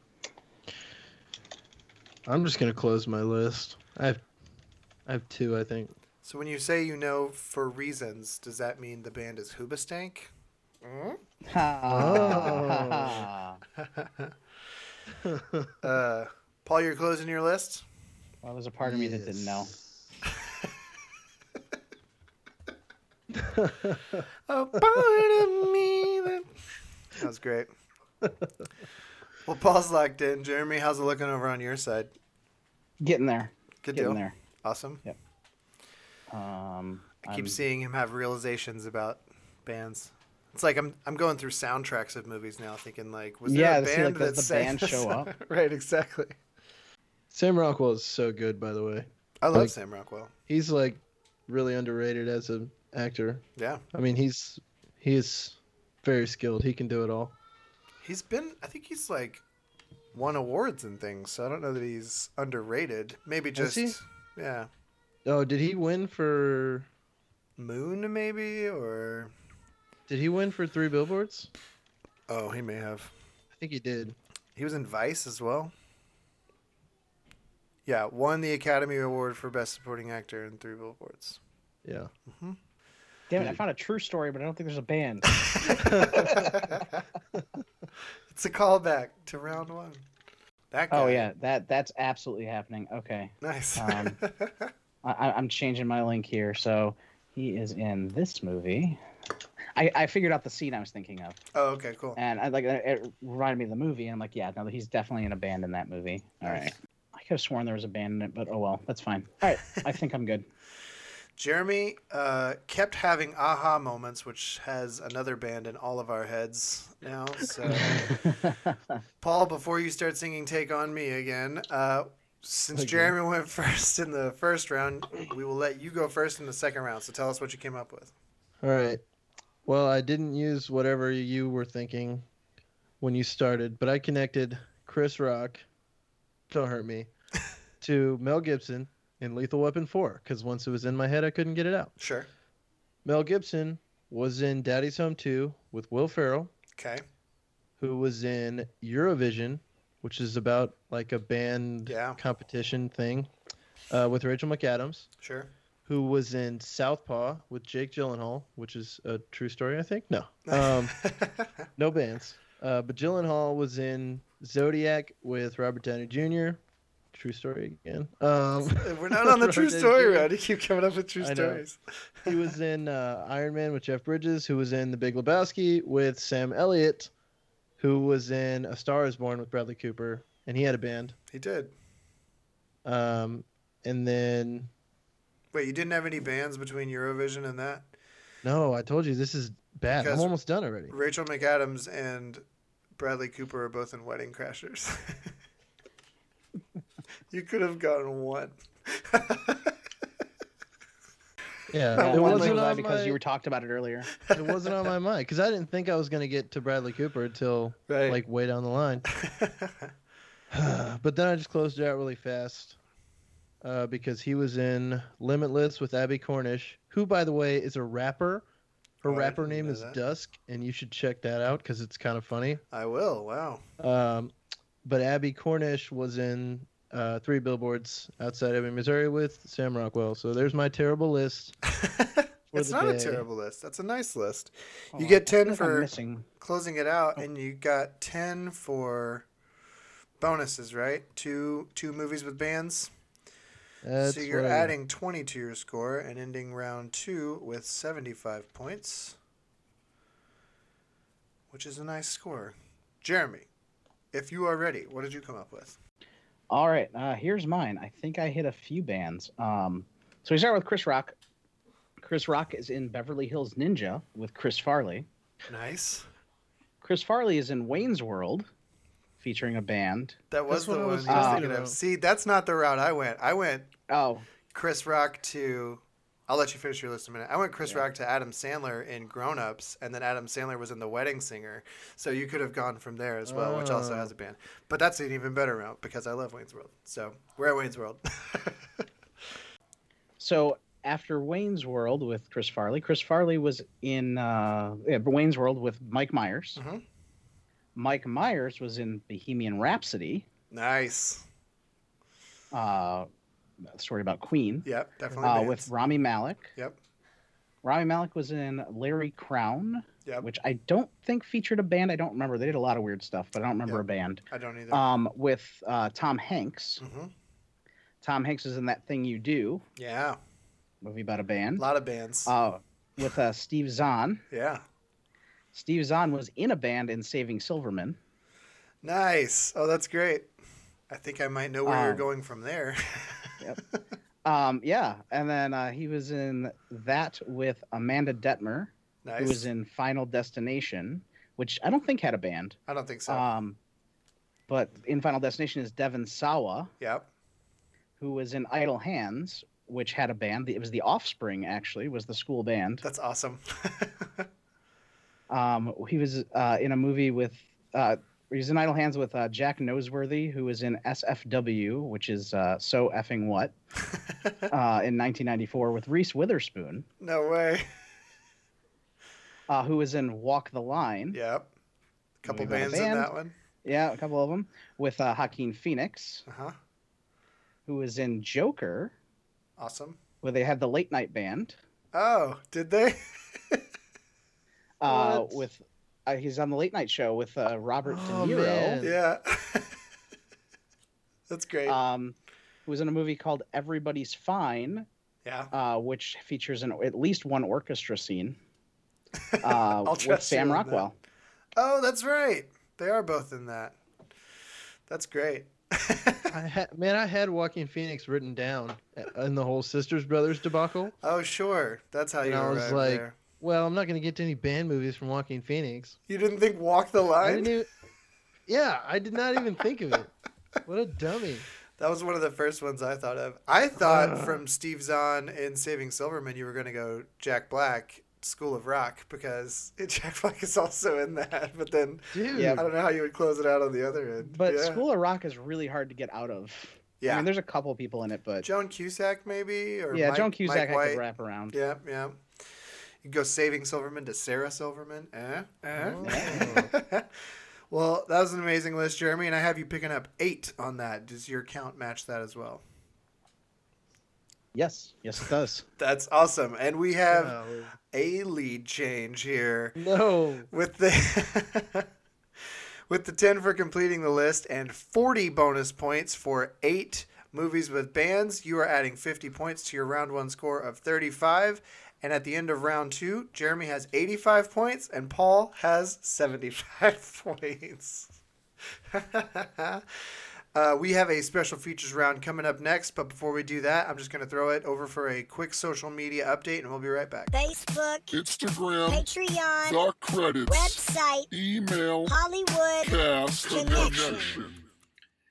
S2: I'm just gonna close my list. I have, I have two, I think.
S1: So when you say you know for reasons, does that mean the band is Hoobastank?
S2: Oh.
S1: Uh, Paul, you're closing your list.
S4: Well, there's a part of me that didn't know.
S2: Yes.
S1: A part of me that... that was great. Well, Paul's locked in. Jeremy, how's it looking over on your side?
S4: Getting there.
S1: Good
S4: getting
S1: deal.
S4: there.
S1: Awesome.
S4: Um,
S1: I keep
S4: I'm-
S1: seeing him have realizations about bands. It's like I'm I'm going through soundtracks of movies now, thinking like, was
S4: Yeah,
S1: there a band
S4: to see, like, does
S1: that
S4: the
S1: sang
S4: band
S1: this
S4: show
S1: song?
S4: up?
S1: right, exactly.
S2: Sam Rockwell is so good, by the way.
S1: I love
S2: Like-
S1: Sam Rockwell.
S2: He's like really underrated as an actor.
S1: Yeah,
S2: I mean, he's he is very skilled. He can do it all.
S1: he's been. I think he's like won awards and things. So I don't know that he's underrated. Maybe
S2: Has
S1: just
S2: he?
S1: yeah,
S2: Oh, did he win for?
S1: Moon maybe or
S2: Did he win for Three Billboards?
S1: oh he may have.
S2: I think he did.
S1: He was in Vice as well. Yeah, won the Academy Award for Best Supporting Actor in three billboards.
S2: Yeah.
S4: Damn it! I found a true story, but I don't think there's a band.
S1: It's a callback to round one. That guy.
S4: Oh yeah, that that's absolutely happening. Okay,
S1: Nice.
S4: Um, I- I, I'm changing my link here. So he is in this movie. I, I figured out the scene I was thinking of,
S1: oh, okay, cool.
S4: and I like it reminded me of the movie. And I'm like, yeah, no, he's definitely in a band in that movie. All right, I could have sworn there was a band in it, but oh well, that's fine. All right, I think I'm good.
S1: Jeremy uh, kept having aha moments, which has another band in all of our heads now. So, Paul, before you start singing Take On Me again, uh, since
S2: Okay.
S1: Jeremy went first in the first round, we will let you go first in the second round. So, tell us what you came up with.
S2: All right. Well, I didn't use whatever you were thinking when you started, but I connected Chris Rock, don't hurt me, to Mel Gibson in Lethal Weapon 4, because once it was in my head, I couldn't get it out.
S1: Sure.
S2: Mel Gibson was in Daddy's Home 2 with Will Ferrell,
S1: Okay.
S2: who was in Eurovision, which is about like a band
S1: Yeah.
S2: competition thing uh, with Rachel McAdams,
S1: Sure.
S2: who was in Southpaw with Jake Gyllenhaal, which is a true story, I think. No. Um, No bands. Uh, but Gyllenhaal was in Zodiac with Robert Downey Jr. True story again. Um,
S1: We're not on the true
S2: Robert Downey
S1: story
S2: Jr.
S1: round. You keep coming up with true
S2: I know.
S1: stories.
S2: he was in uh, Iron Man with Jeff Bridges, who was in The Big Lebowski with Sam Elliott, who was in A Star Is Born with Bradley Cooper, and he had a band.
S1: He did.
S2: Um, and then
S1: Wait, you didn't have any bands between Eurovision and that?
S2: no, I told you this is bad.
S1: Because-
S2: I'm almost done already.
S1: Rachel McAdams and Bradley Cooper are both in Wedding Crashers. you could have gotten one.
S2: Yeah,
S4: I
S2: it
S4: wanted to
S2: wasn't
S1: uh,
S4: go by
S2: on
S4: because
S2: my,
S4: you were talked about it earlier.
S2: it wasn't on my mind because I didn't think I was gonna get to Bradley Cooper until
S1: Right.
S2: like way down the line. but then I just closed it out really fast uh, because he was in Limitless with Abby Cornish, who, by the way, is a rapper. Her
S1: Oh, I
S2: rapper
S1: didn't
S2: name
S1: know
S2: is
S1: that.
S2: Dusk, and you should check that out because it's kind of funny.
S1: I will. Wow.
S2: Um, but Abby Cornish was in uh, Three Billboards Outside Ebbing, Missouri with Sam Rockwell. So there's my terrible list.
S1: it's
S2: the
S1: not a
S2: day.
S1: terrible list. That's a nice list.
S4: Hold
S1: You
S4: on,
S1: get
S4: Oh, I Oh. feel
S1: 10
S4: like I'm
S1: for-
S4: missing.
S1: Closing it out, and you got ten for bonuses, right? Two two movies with bands.
S2: That's
S1: so you're
S2: what I-
S1: adding twenty to your score and ending round two with seventy five points. Which is a nice score. Jeremy, if you are ready, what did you come up with?
S4: All right, uh, here's mine. I think I hit a few bands. Um, so we start with Chris Rock. Chris Rock is in Beverly Hills Ninja with Chris Farley.
S1: Nice.
S4: Chris Farley is in Wayne's World, featuring a band.
S1: That was
S2: That's what
S1: the
S2: I
S1: one
S2: was
S1: I was
S4: just
S1: thinking
S2: thinking
S1: of.
S2: about.
S1: See, that's not the route I went. I went
S4: Oh,
S1: Chris Rock to. I'll let you finish your list in a minute. I went Chris
S4: Yeah.
S1: Rock to Adam Sandler in Grown Ups, and then Adam Sandler was in The Wedding Singer. So you could have gone from there as well, which also
S2: Oh.
S1: has a band. But that's an even better route because I love Wayne's World. So we're at Wayne's World.
S4: so after Wayne's World with Chris Farley, Chris Farley was in uh, yeah, Wayne's World with Mike Myers.
S1: Mhm.
S4: Mike Myers was in Bohemian Rhapsody,
S1: nice.
S4: uh, a story about Queen,
S1: Yep, definitely.
S4: uh,
S1: bands.
S4: with Rami Malek.
S1: Yep.
S4: Rami Malek was in Larry Crown.
S1: Yep.
S4: which I don't think featured a band. I don't remember. They did a lot of weird stuff, but I don't remember
S1: Yeah.
S4: a band.
S1: I don't either.
S4: Um, with uh, Tom Hanks.
S1: Mhm.
S4: Tom Hanks is in that thing you do
S1: Yeah,
S4: movie about a
S1: a
S4: band.
S1: lot of bands.
S4: Uh, with uh, Steve Zahn.
S1: Yeah.
S4: Steve Zahn was in a band in Saving Silverman.
S1: Nice. Oh, that's great. I think I might know where you're
S4: Um,
S1: going from there.
S4: Um, yeah, and then uh, he was in that with Amanda Detmer,
S1: nice.
S4: who was in Final Destination, which I don't think had a band.
S1: I don't think so.
S4: Um, but in Final Destination is Devin Sawa,
S1: yep.
S4: who was in Idle Hands, which had a band. It was the Offspring, actually, was the school band.
S1: That's awesome.
S4: Um, he was uh, in a movie with. Uh, he was in Idle Hands with uh, Jack Noseworthy, who was in SFW, which is uh, so effing what, uh, in 1994 with Reese Witherspoon,
S1: no way.
S4: uh, who was in Walk the Line.
S1: Yep. Couple
S4: We've got a
S1: bands in
S4: band.
S1: that one.
S4: Yeah, a couple of them with uh, Joaquin Phoenix,
S1: Uh huh.
S4: who was in Joker,
S1: Awesome.
S4: where they had the late night band.
S1: Oh, did they?
S4: Uh,
S2: What?
S4: with uh, he's on the late night show with uh, Robert
S2: Oh,
S4: De Niro,
S2: man.
S1: yeah. that's great.
S2: Uh,
S4: um, who was in a movie called Everybody's Fine,
S1: yeah.
S4: uh, which features an at least one orchestra scene uh,
S1: I'll
S4: with
S1: trust you on
S4: Sam
S1: that.
S4: Rockwell.
S1: Oh, that's right. They are both in that. That's great.
S2: I had man, I had Walking Phoenix written down in the whole Sisters Brothers debacle.
S1: oh, sure. That's how you
S2: And I was
S1: arrived
S2: like-
S1: there.
S2: Well, I'm not going to get to any band movies from Walking Phoenix.
S1: You didn't think Walk the
S2: I
S1: Line?
S2: didn't even, yeah, I did not even think of it. What a dummy!
S1: That was one of the first ones I thought of. I thought
S2: Uh.
S1: from Steve Zahn in Saving Silverman, you were going to go Jack Black, School of Rock, because Jack Black is also in that. But then
S2: Dude,
S4: Yeah.
S1: I don't know how you would close it out on the other end.
S4: But
S1: yeah.
S4: School of Rock is really hard to get out of. I
S1: Yeah.
S4: mean, there's a couple people in it, but
S1: Joan Cusack, maybe? Or
S4: yeah,
S1: Mike-
S4: Joan Cusack
S1: Mike
S4: I could
S1: White.
S4: wrap around.
S1: Yeah, yeah. You go Saving Silverman to Sarah Silverman. Eh? Eh?
S4: Oh.
S1: well, that was an amazing list, Jeremy, and I have you picking up eight on that. Does your count match that as well?
S4: Yes, yes, it does.
S1: That's awesome. And we have
S2: Golly.
S1: a lead change here
S2: no,
S1: with the with the 10 for completing the list and 40 bonus points for 8 movies with bands you are adding 50 points to your round 1 score of 35 and at the end of round 2 Jeremy has 85 points and Paul has 75 points Uh, we have a special features round coming up next, but before we do that, I'm just going to throw it over for a quick social media update and we'll be right back.
S5: Facebook,
S6: Instagram,
S5: Patreon,
S6: the credits,
S5: website,
S6: email,
S5: Hollywood.
S6: cast connection.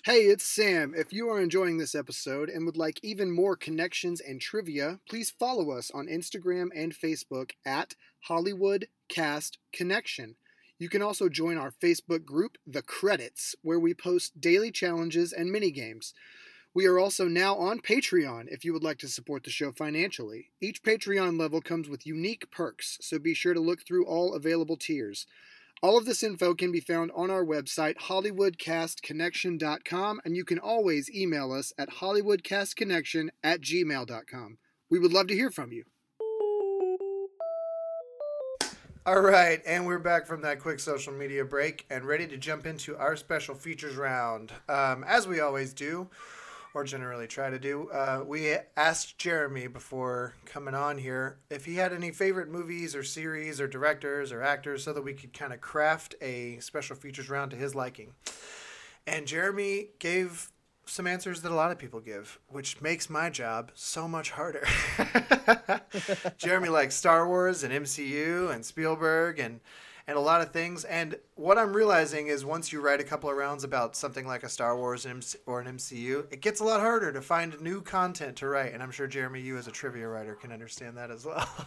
S3: Hey, it's Sam. If you are enjoying this episode and would like even more connections and trivia, please follow us on Instagram and Facebook at Hollywood Cast Connection. You can also join our Facebook group, The Credits, where we post daily challenges and mini games. We are also now on Patreon if you would like to support the show financially. Each Patreon level comes with unique perks, so be sure to look through all available tiers. All of this info can be found on our website, HollywoodCastConnection.com, and you can always email us at HollywoodCastConnection at gmail.com. We would love to hear from you.
S1: All right, and we're back from that quick social media break and ready to jump into our special features round. Um, as we always do, or generally try to do, uh, we asked Jeremy before coming on here if he had any favorite movies or series or directors or actors so that we could kind of craft a special features round to his liking. And Jeremy gave some answers that a lot of people give, which makes my job so much harder. Jeremy likes Star Wars and MCU and Spielberg and and a lot of things. And what I'm realizing is once you write a couple of rounds about something like a Star Wars and MC or an MCU, it gets a lot harder to find new content to write. And I'm sure Jeremy, you as a trivia writer, can understand that as well.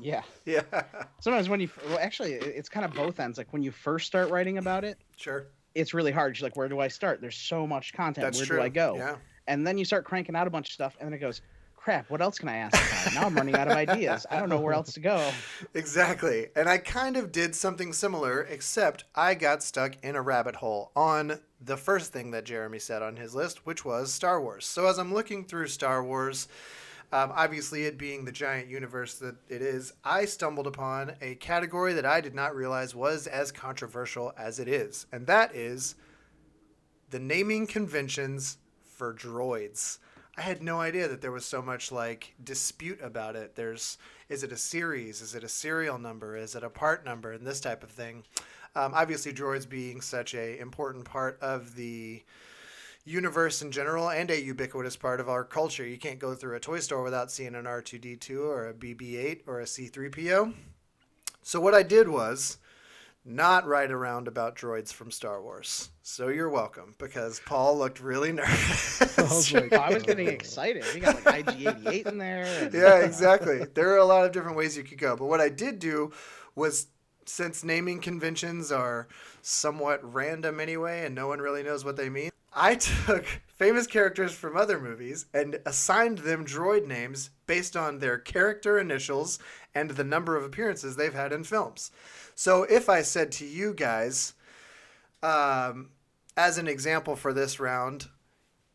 S4: Yeah.
S1: yeah,
S4: Sometimes when you, well, actually, it- it's kind of both ends. Like when you first start writing about it,
S1: sure.
S4: it's really hard. You're like, where do I start? There's so much content.
S1: That's
S4: where
S1: true.
S4: do I go?
S1: Yeah.
S4: And then you start cranking out a bunch of stuff, and then it goes, crap, what else can I ask about? now I'm running out of ideas. I don't know where else to go.
S1: Exactly. And I kind of did something similar, except I got stuck in a rabbit hole on the first thing that Jeremy said on his list, which was Star Wars. So as I'm looking through Star Wars, um, obviously it being the giant universe that it is, I stumbled upon a category that I did not realize was as controversial as it is, and that is the naming conventions for droids. I had no idea that there was so much like dispute about it. There's is it a series? Is it a serial number? Is it a part number? And this type of thing. Um, obviously, droids being such a important part of the universe in general and a ubiquitous part of our culture. You can't go through a toy store without seeing an R2D2 or a BB8 or a C3PO. So what I did was not write around about droids from Star Wars. So you're welcome because Paul looked really nervous.
S2: was like,
S4: Oh, I was getting excited. We got like IG88 in there. and-
S1: yeah, exactly. There are a lot of different ways you could go. But what I did do was since naming conventions are somewhat random anyway and no one really knows what they mean, I took famous characters from other movies and assigned them droid names based on their character initials and the number of appearances they've had in films. So if I said to you guys, um, as an example for this round,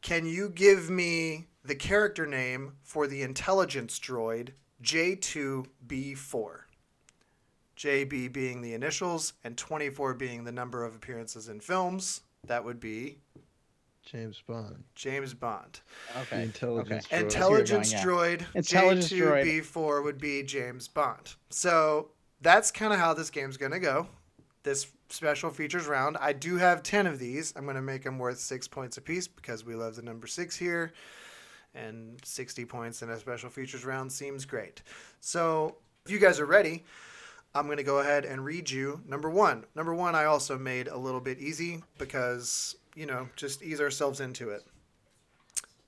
S1: can you give me the character name for the intelligence droid J2B4? JB being the initials and 24 being the number of appearances in films. That would be
S2: James Bond.
S1: James Bond.
S2: The
S4: Okay.
S2: intelligence. droid.
S1: Intelligence
S4: yeah.
S1: droid
S4: Intelligence
S1: J2B4 would be James Bond. So that's kind of how this game's going to go. This special features round. I do have 10 of these. I'm going to make them worth six points apiece because we love the number six here. And 60 points in a special features round seems great. So if you guys are ready, I'm going to go ahead and read you number one. Number one, I also made a little bit easy because, you know, just ease ourselves into it.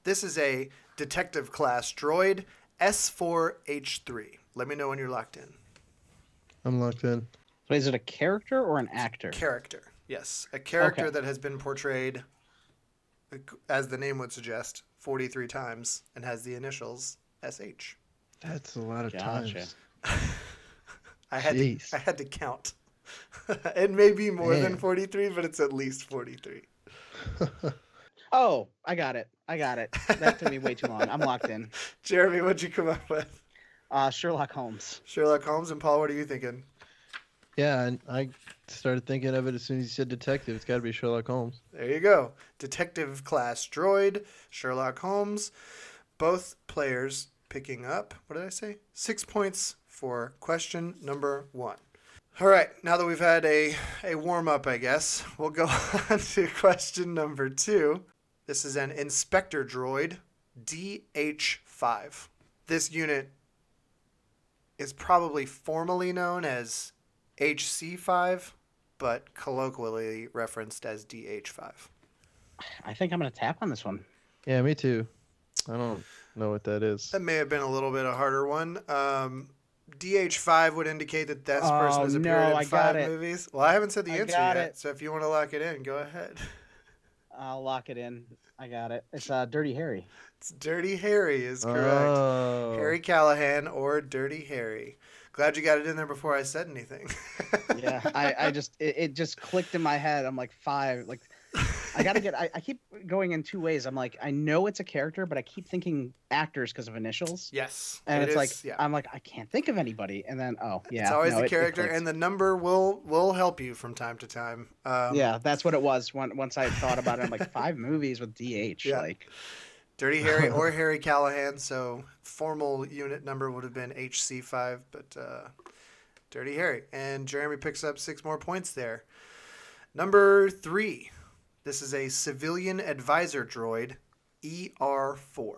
S1: This is a detective class droid S4H3. Let me know when you're locked in.
S2: I'm locked in.
S4: So is it a character or an actor?
S1: Character. Yes, a character
S4: Okay.
S1: that has been portrayed as the name would suggest 43 times and has the initials SH.
S2: That's a lot of
S4: Gotcha.
S2: times.
S1: I had to,
S2: Jeez.
S1: I had to count. it may be more than
S2: Man.
S1: 43, but it's at least 43.
S4: Oh, I got it. I got it. That took me way too long. I'm locked in.
S1: Jeremy, what'd you come up with?
S4: Uh, Sherlock Holmes.
S1: Sherlock Holmes and Paul, what are you thinking?
S2: Yeah, and I started thinking of it as soon as you said detective. It's got to be Sherlock Holmes.
S1: There you go. Detective class droid, Sherlock Holmes. Both players picking up, what did I say? Six points for question number one. All right, now that we've had a, a warm up, I guess, we'll go on to question number two. This is an inspector droid, DH5. This unit is probably formally known as HC5, but colloquially referenced as DH5.
S4: I think I'm gonna tap on this one.
S2: Yeah, me too. I don't know what that is.
S1: That may have been a little bit a harder one. Um, DH5 would indicate that this person
S4: Oh,
S1: has appeared
S4: no,
S1: in
S4: I got
S1: five
S4: it.
S1: movies. Well, I haven't said the
S4: I
S1: answer
S4: got
S1: yet,
S4: it.
S1: so if you want to lock it in, go ahead.
S4: I'll lock it in. I got it. It's uh, Dirty Harry.
S1: It's Dirty Harry is correct.
S2: Oh.
S1: Harry Callahan or Dirty Harry. Glad you got it in there before I said anything.
S4: Yeah, I, I just it, it just clicked in my head. I'm like five. Like I gotta get. I, I keep going in two ways. I'm like I know it's a character, but I keep thinking actors because of initials.
S1: yes.
S4: And
S1: it
S4: it's like
S1: is, yeah.
S4: I'm like I can't think of anybody, and then oh yeah,
S1: it's always
S4: no,
S1: the
S4: it- it
S1: character,
S4: clicked.
S1: and the number will will help you from time to time. Um,
S4: yeah, that's what it was. When, once I thought about it, I'm like five movies with DH.
S1: Yeah.
S4: Like
S1: Dirty Harry or Harry Callahan. So formal unit number would have been HC5, but uh, Dirty Harry. And Jeremy picks up six more points there. Number three. This is a civilian advisor droid, E ER4.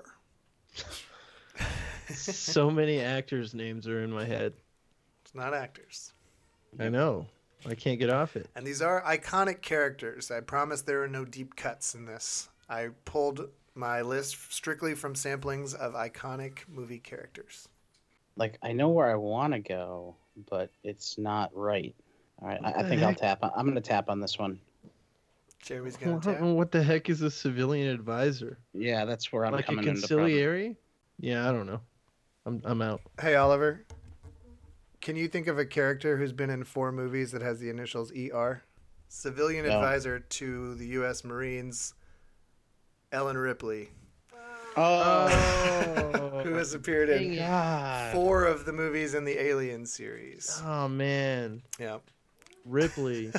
S2: so many actors' names are in my head.
S1: It's not actors.
S2: I know. I can't get off it.
S1: And these are iconic characters. I promise there are no deep cuts in this. I pulled my list strictly from samplings of iconic movie characters.
S4: like I know where I want to go, but it's not right. All right, I, I think I'll tap. On, I'm gonna tap on this one.
S1: Jeremy's going
S2: Well,
S1: to
S2: I don't know what the heck is a civilian advisor?
S4: Yeah, that's where I'm
S2: like a
S4: coming into problem.
S2: conciliary? Yeah, I don't know. I'm I'm out.
S1: Hey Oliver, can you think of a character who's been in four movies that has the initials ER? Civilian
S4: No.
S1: advisor to the U.S. Marines, Ellen Ripley,
S4: Oh.
S1: who has appeared in
S2: God.
S1: four of the movies in the Alien series.
S2: Oh man,
S1: Yeah,
S2: Ripley.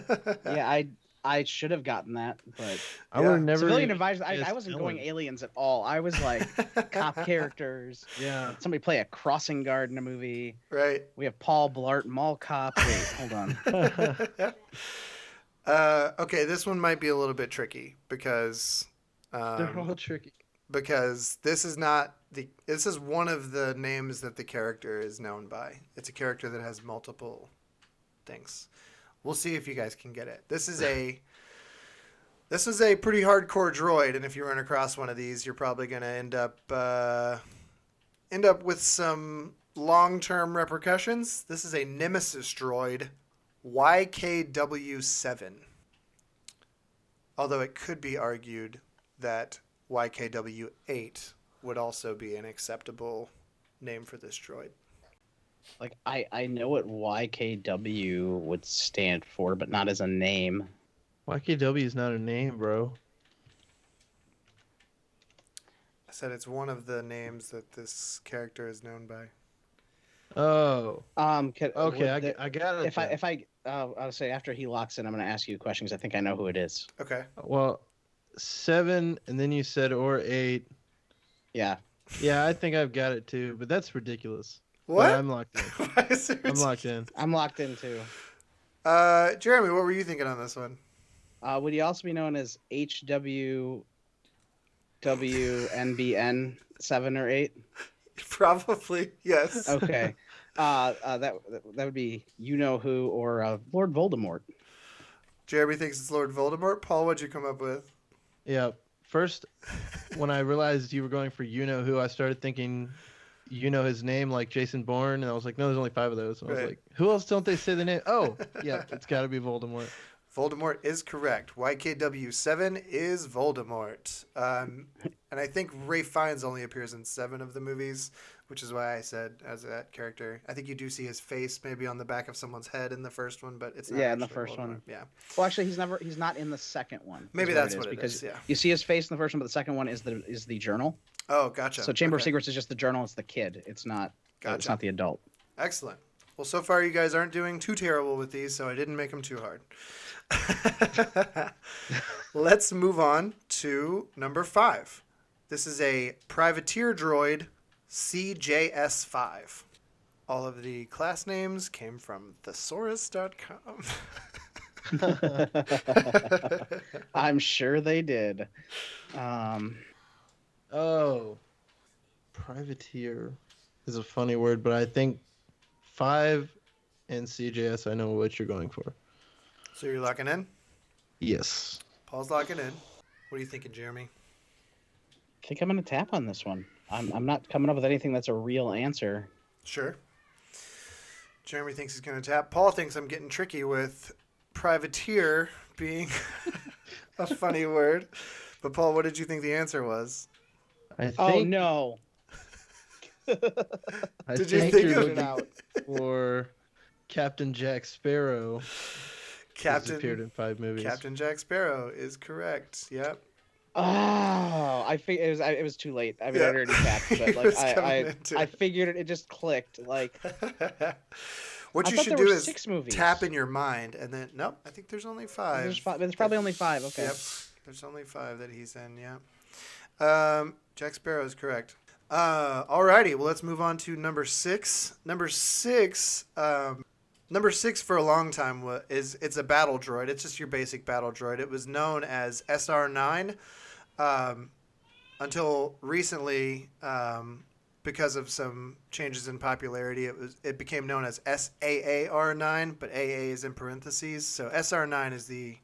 S4: yeah, I I should have gotten that, but
S2: I
S1: Yeah.
S2: would have never.
S4: civilian advisors. I,
S2: guessed
S4: I wasn't
S2: Ellen.
S4: going aliens at all. I was like cop characters.
S2: Yeah.
S4: Somebody play a crossing guard in a movie.
S1: right.
S4: We have Paul Blart, Mall Cop. Wait, hold on.
S1: uh, okay, this one might be a little bit tricky because
S2: They're
S1: um,
S2: all tricky.
S1: because this is not the this is one of the names that the character is known by. It's a character that has multiple things. We'll see if you guys can get it. This is a this is a pretty hardcore droid, and if you run across one of these, you're probably gonna end up uh, end up with some long term repercussions. This is a Nemesis droid, YKW7. Although it could be argued that YKW8 would also be an acceptable name for this droid.
S4: Like I, I know what YKW would stand for, but not as a name.
S2: YKW is not a name, bro.
S1: I said it's one of the names that this character is known by.
S2: Oh,
S4: Um. Could, would
S2: okay. I,
S4: the-
S2: I got it.
S4: if I
S2: then.
S4: if I uh, I'll say after he locks in, I'm going to ask you questions. I think I know who it is.
S1: Okay.
S2: well, seven, and then you said or eight.
S4: Yeah.
S2: Yeah, I think I've got it too, but that's ridiculous. But
S1: What?
S2: I'm locked in. I'm
S1: I'm
S2: locked in.
S4: I'm locked into.
S1: Uh, Jeremy, what were you thinking on this one?
S4: Uh, would he also be known as HW WNBN seven or eight?
S1: Probably
S2: Oh.
S1: yes.
S4: Okay. uh, uh, that that would be you know who or uh, Lord Voldemort.
S1: Jeremy thinks it's Lord Voldemort. Paul, what'd you come up with?
S2: Yeah. First, when I realized you were going for you know who, I started thinking you know his name like Jason Bourne, and I was like, no, there's only five of those. And I
S1: Right.
S2: was like, who else don't they say the name? Oh, yeah, it's got to be Voldemort.
S1: Voldemort is correct. YKW7 is Voldemort. Um, and I think Ray Fiennes only appears in seven of the movies, which is why I said as that character. I think you do see his face maybe on the back of someone's head in the first one, but it's not
S4: Yeah, in the
S1: actually
S4: first one.
S1: Voldemort. Yeah,
S4: Well, actually, he's never he's not in the second one. is
S1: maybe that's what it is.
S4: because
S1: Yeah.
S4: you see his face in the first one, but the second one is the is the journal.
S1: Oh, gotcha.
S4: So Chamber of
S1: Okay.
S4: Secrets is just the journal. It's the kid. It's not. uh, It's
S1: Gotcha.
S4: not the adult.
S1: Excellent. Well, so far you guys aren't doing too terrible with these, so I didn't make them too hard. Let's move on to number five. This is a privateer droid CJS5. All of the class names came from thesaurus.com.
S4: I'm sure they did. Um,
S2: Oh, privateer is a funny word, but I think five and CJS, I know what you're going for.
S1: so you're locking in?
S2: Yes.
S1: Paul's locking in. What are you thinking, Jeremy?
S4: I think I'm gonna tap on this one. I'm I'm not coming up with anything that's a real answer.
S1: Sure. Jeremy thinks he's going to tap. Paul thinks I'm getting tricky with privateer being a funny word. But Paul, what did you think the answer was?
S2: I think,
S4: Oh no!
S2: I
S1: Did you
S2: think
S1: think
S2: you're
S1: of
S2: looking out for Captain Jack Sparrow. Captain, appeared
S1: Captain
S2: in five movies.
S1: Captain Jack Sparrow is correct. Yep.
S4: Oh, I fig- it was I, it was too late. I mean,
S1: Yeah.
S4: I already tapped,
S1: He
S4: but like
S1: was
S4: I
S1: coming
S4: I,
S1: into
S4: I
S1: it.
S4: figured it. It just clicked. Like
S1: what
S4: I
S1: you
S4: thought
S1: should
S4: there
S1: do
S4: were
S1: is
S4: six movies.
S1: tap in your mind and then nope, I think there's only five.
S4: There's, five, there's probably only five. Okay.
S1: Yep. There's only five that he's in, yeah. Um, Jack Sparrow is correct. Uh, alrighty, well, let's move on to number six. Number six, um, number six for a long time wa- is it's a battle droid. It's just your basic battle droid. It was known as SR9 um, until recently um, because of some changes in popularity. It was it became known as SAAR9, but AA is in parentheses. So SR9 is the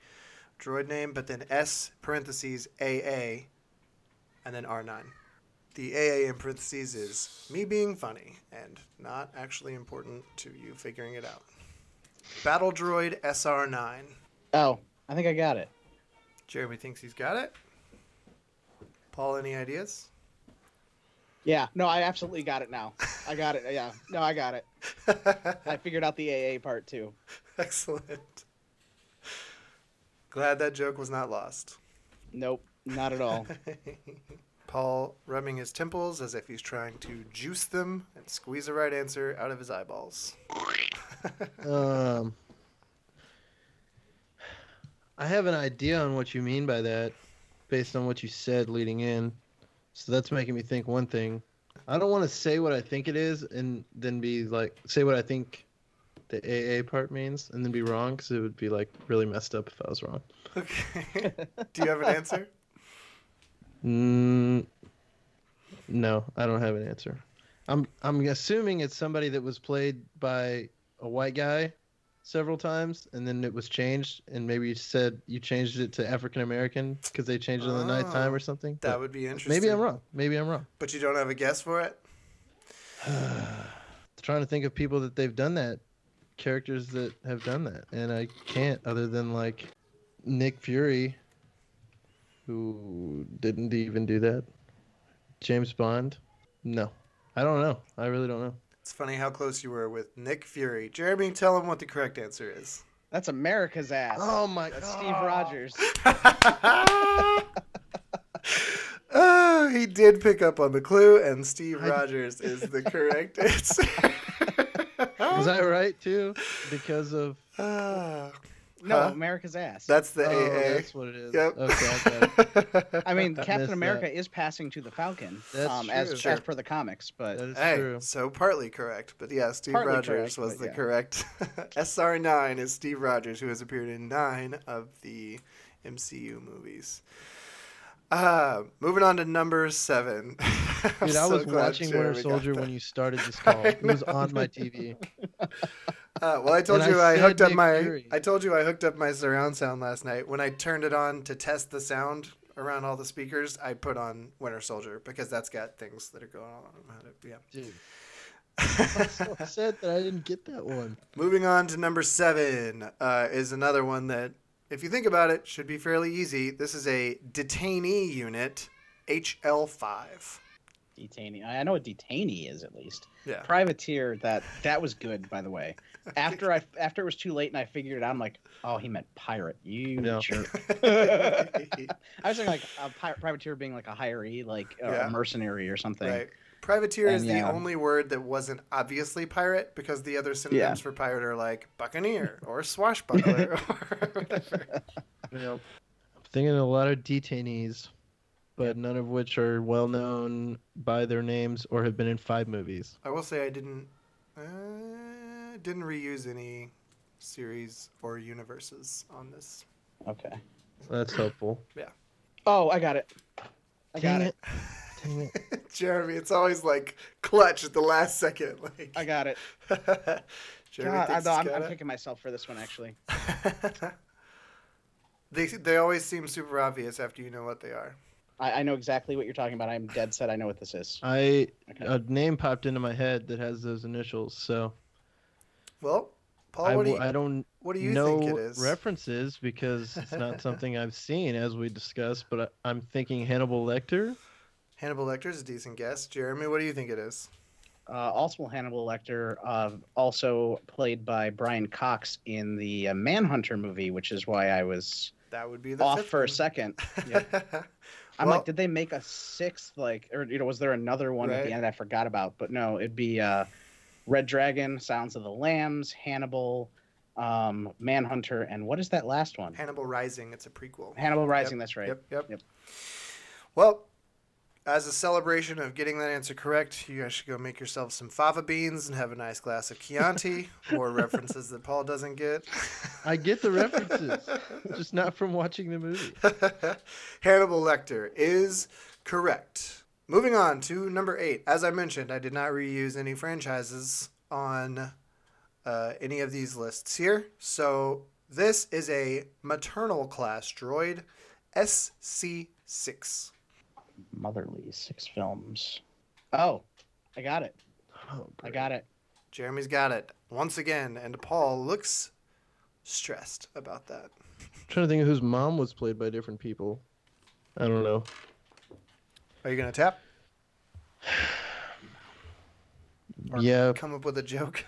S1: droid name, but then S parentheses AA, and then R9. The AA in parentheses is me being funny and not actually important to you figuring it out. Battle Droid SR9.
S4: Oh, I think I got it.
S1: Jeremy thinks he's got it. Paul, any ideas?
S4: Yeah. No, I absolutely got it now. I got it. Yeah. No, I got it. I figured out the AA part too.
S1: Excellent. Glad that joke was not lost.
S4: Nope, not at all.
S1: Paul rubbing his temples as if he's trying to juice them and squeeze the right answer out of his eyeballs.
S2: Um, I have an idea on what you mean by that, based on what you said leading in. So that's making me think one thing. I don't want to say what I think it is, and then be like, say what I think the AA part means, and then be wrong, because it would be like really messed up if I was wrong.
S1: Okay. Do you have an answer?
S2: Mm, no, I don't have an answer. I'm I'm assuming it's somebody that was played by a white guy several times, and then it was changed, and maybe you said you changed it to African American because they changed it on the ninth time or something.
S1: Oh, That
S2: but
S1: would be interesting.
S2: maybe I'm wrong. Maybe I'm wrong.
S1: But you don't have a guess for it?
S2: trying to think of people that they've done that, characters that have done that, and I can't other than like Nick Fury, who didn't even do that. James Bond, no, I don't know. I really don't know.
S1: It's funny how close you were with Nick Fury. Jeremy, tell him what the correct answer is.
S4: That's America's ass.
S2: Oh my
S4: That's
S2: god,
S4: Steve Rogers.
S1: oh, he did pick up on the clue, and Steve
S2: I-
S1: Rogers is the correct answer.
S2: was I right too? Because of
S1: Ah,
S4: No,
S1: Huh?
S4: America's ass.
S1: that's the
S2: oh,
S1: AA.
S2: that's what it is.
S1: Yep.
S2: Okay, I got it.
S4: I mean,
S2: missed
S4: Captain
S2: that.
S4: America is passing to the Falcon,
S2: That's
S4: um, as
S2: true.
S4: as per the comics. But
S2: that is
S1: hey,
S2: true.
S1: so partly correct, but yeah, Steve
S4: Partly
S1: Rogers
S4: correct,
S1: was
S4: but
S1: the
S4: yeah.
S1: correct. SR9 is Steve Rogers, who has appeared in nine of the MCU movies. Uh, moving on to number seven. I'm
S2: Dude, I
S1: so
S2: was
S1: glad
S2: watching Winter
S1: Jeremy got
S2: Soldier
S1: that.
S2: when you started this call. It was on my TV.
S1: Uh, well, I told
S2: And I
S1: you I,
S2: said
S1: hooked up
S2: Nick
S1: my
S2: Fury.
S1: I told you I hooked up my surround sound last night. When I turned it on to test the sound around all the speakers, I put on Winter Soldier because that's got things that are going on about it. Yeah.
S2: Dude, I'm so upset that I didn't get that one.
S1: Moving on to number seven uh, is another one that, if you think about it, should be fairly easy. This is a detainee unit, HL5.
S4: detainee, I know what detainee is at least.
S1: Yeah.
S4: Privateer. That that was good, by the way. After I after it was too late and I figured it out, I'm like, oh, he meant pirate. You
S2: No.
S4: jerk.
S1: right.
S4: I was thinking like a pi- privateer being like a hiree, like uh,
S1: Yeah.
S4: a mercenary or something.
S1: Privateer is
S4: And,
S1: the
S4: yeah.
S1: only word that wasn't obviously pirate because the other synonyms for pirate are like buccaneer or swashbuckler or whatever.
S2: You know, I'm thinking a lot of detainees, but none of which are well known by their names or have been in five movies.
S1: I will say I didn't uh, didn't reuse any series or universes on this.
S4: Okay.
S2: That's helpful.
S4: Oh, I got it. I got
S2: Dang
S4: it.
S2: Dang it.
S1: Jeremy, it's always like clutch at the last second. Like
S4: I got it.
S1: Jeremy
S4: God, I,
S1: thinks
S4: no, I'm,
S1: he's
S4: I'm
S1: got
S4: kicking myself for this one actually.
S1: it. they they always seem super obvious after you know what they are.
S4: I, I know exactly what you're talking about. I'm dead set. I know what this is.
S2: I
S4: Okay.
S2: a name popped into my head that has those initials, so
S1: Well, Paul,
S2: I,
S1: Oh, what do
S2: w-
S1: you,
S2: I don't
S1: what do you
S2: know
S1: think it is?
S2: references because it's not something I've seen as we discussed. But I, I'm thinking Hannibal Lecter.
S1: Hannibal Lecter is a decent guess. Jeremy, what do you think it is?
S4: Uh, also Hannibal Lecter, uh, also played by Brian Cox in the uh, Manhunter movie, which is why I was
S1: That would be the
S4: off
S1: fifth
S4: for
S1: one.
S4: a second. Yeah. I'm
S1: Well-
S4: like, did they make a sixth? Like, or you know, was there another one at
S1: Right.
S4: the end I forgot about? But no, it'd be uh, Red Dragon, Sounds of the Lambs, Hannibal, um, Manhunter, and what is that last one?
S1: Hannibal Rising. It's a prequel.
S4: Hannibal Rising. That's right.
S1: Yep, yep.
S4: Yep.
S1: Well, as a celebration of getting that answer correct, you guys should go make yourself some fava beans and have a nice glass of Chianti. More references that Paul doesn't get.
S2: I get the references, just not from watching the movie.
S1: Hannibal Lecter is correct. Moving on to number eight. As I mentioned, I did not reuse any franchises on uh, any of these lists here. So this is a maternal class droid, SC6.
S4: Motherly six films. Oh, I got it.
S2: Oh,
S4: I got it.
S1: Jeremy's got it once again, and Paul looks stressed about that.
S2: trying to think of whose mom was played by different people. I don't know.
S1: Are you gonna tap? Or
S2: yeah,
S1: Come up with a joke.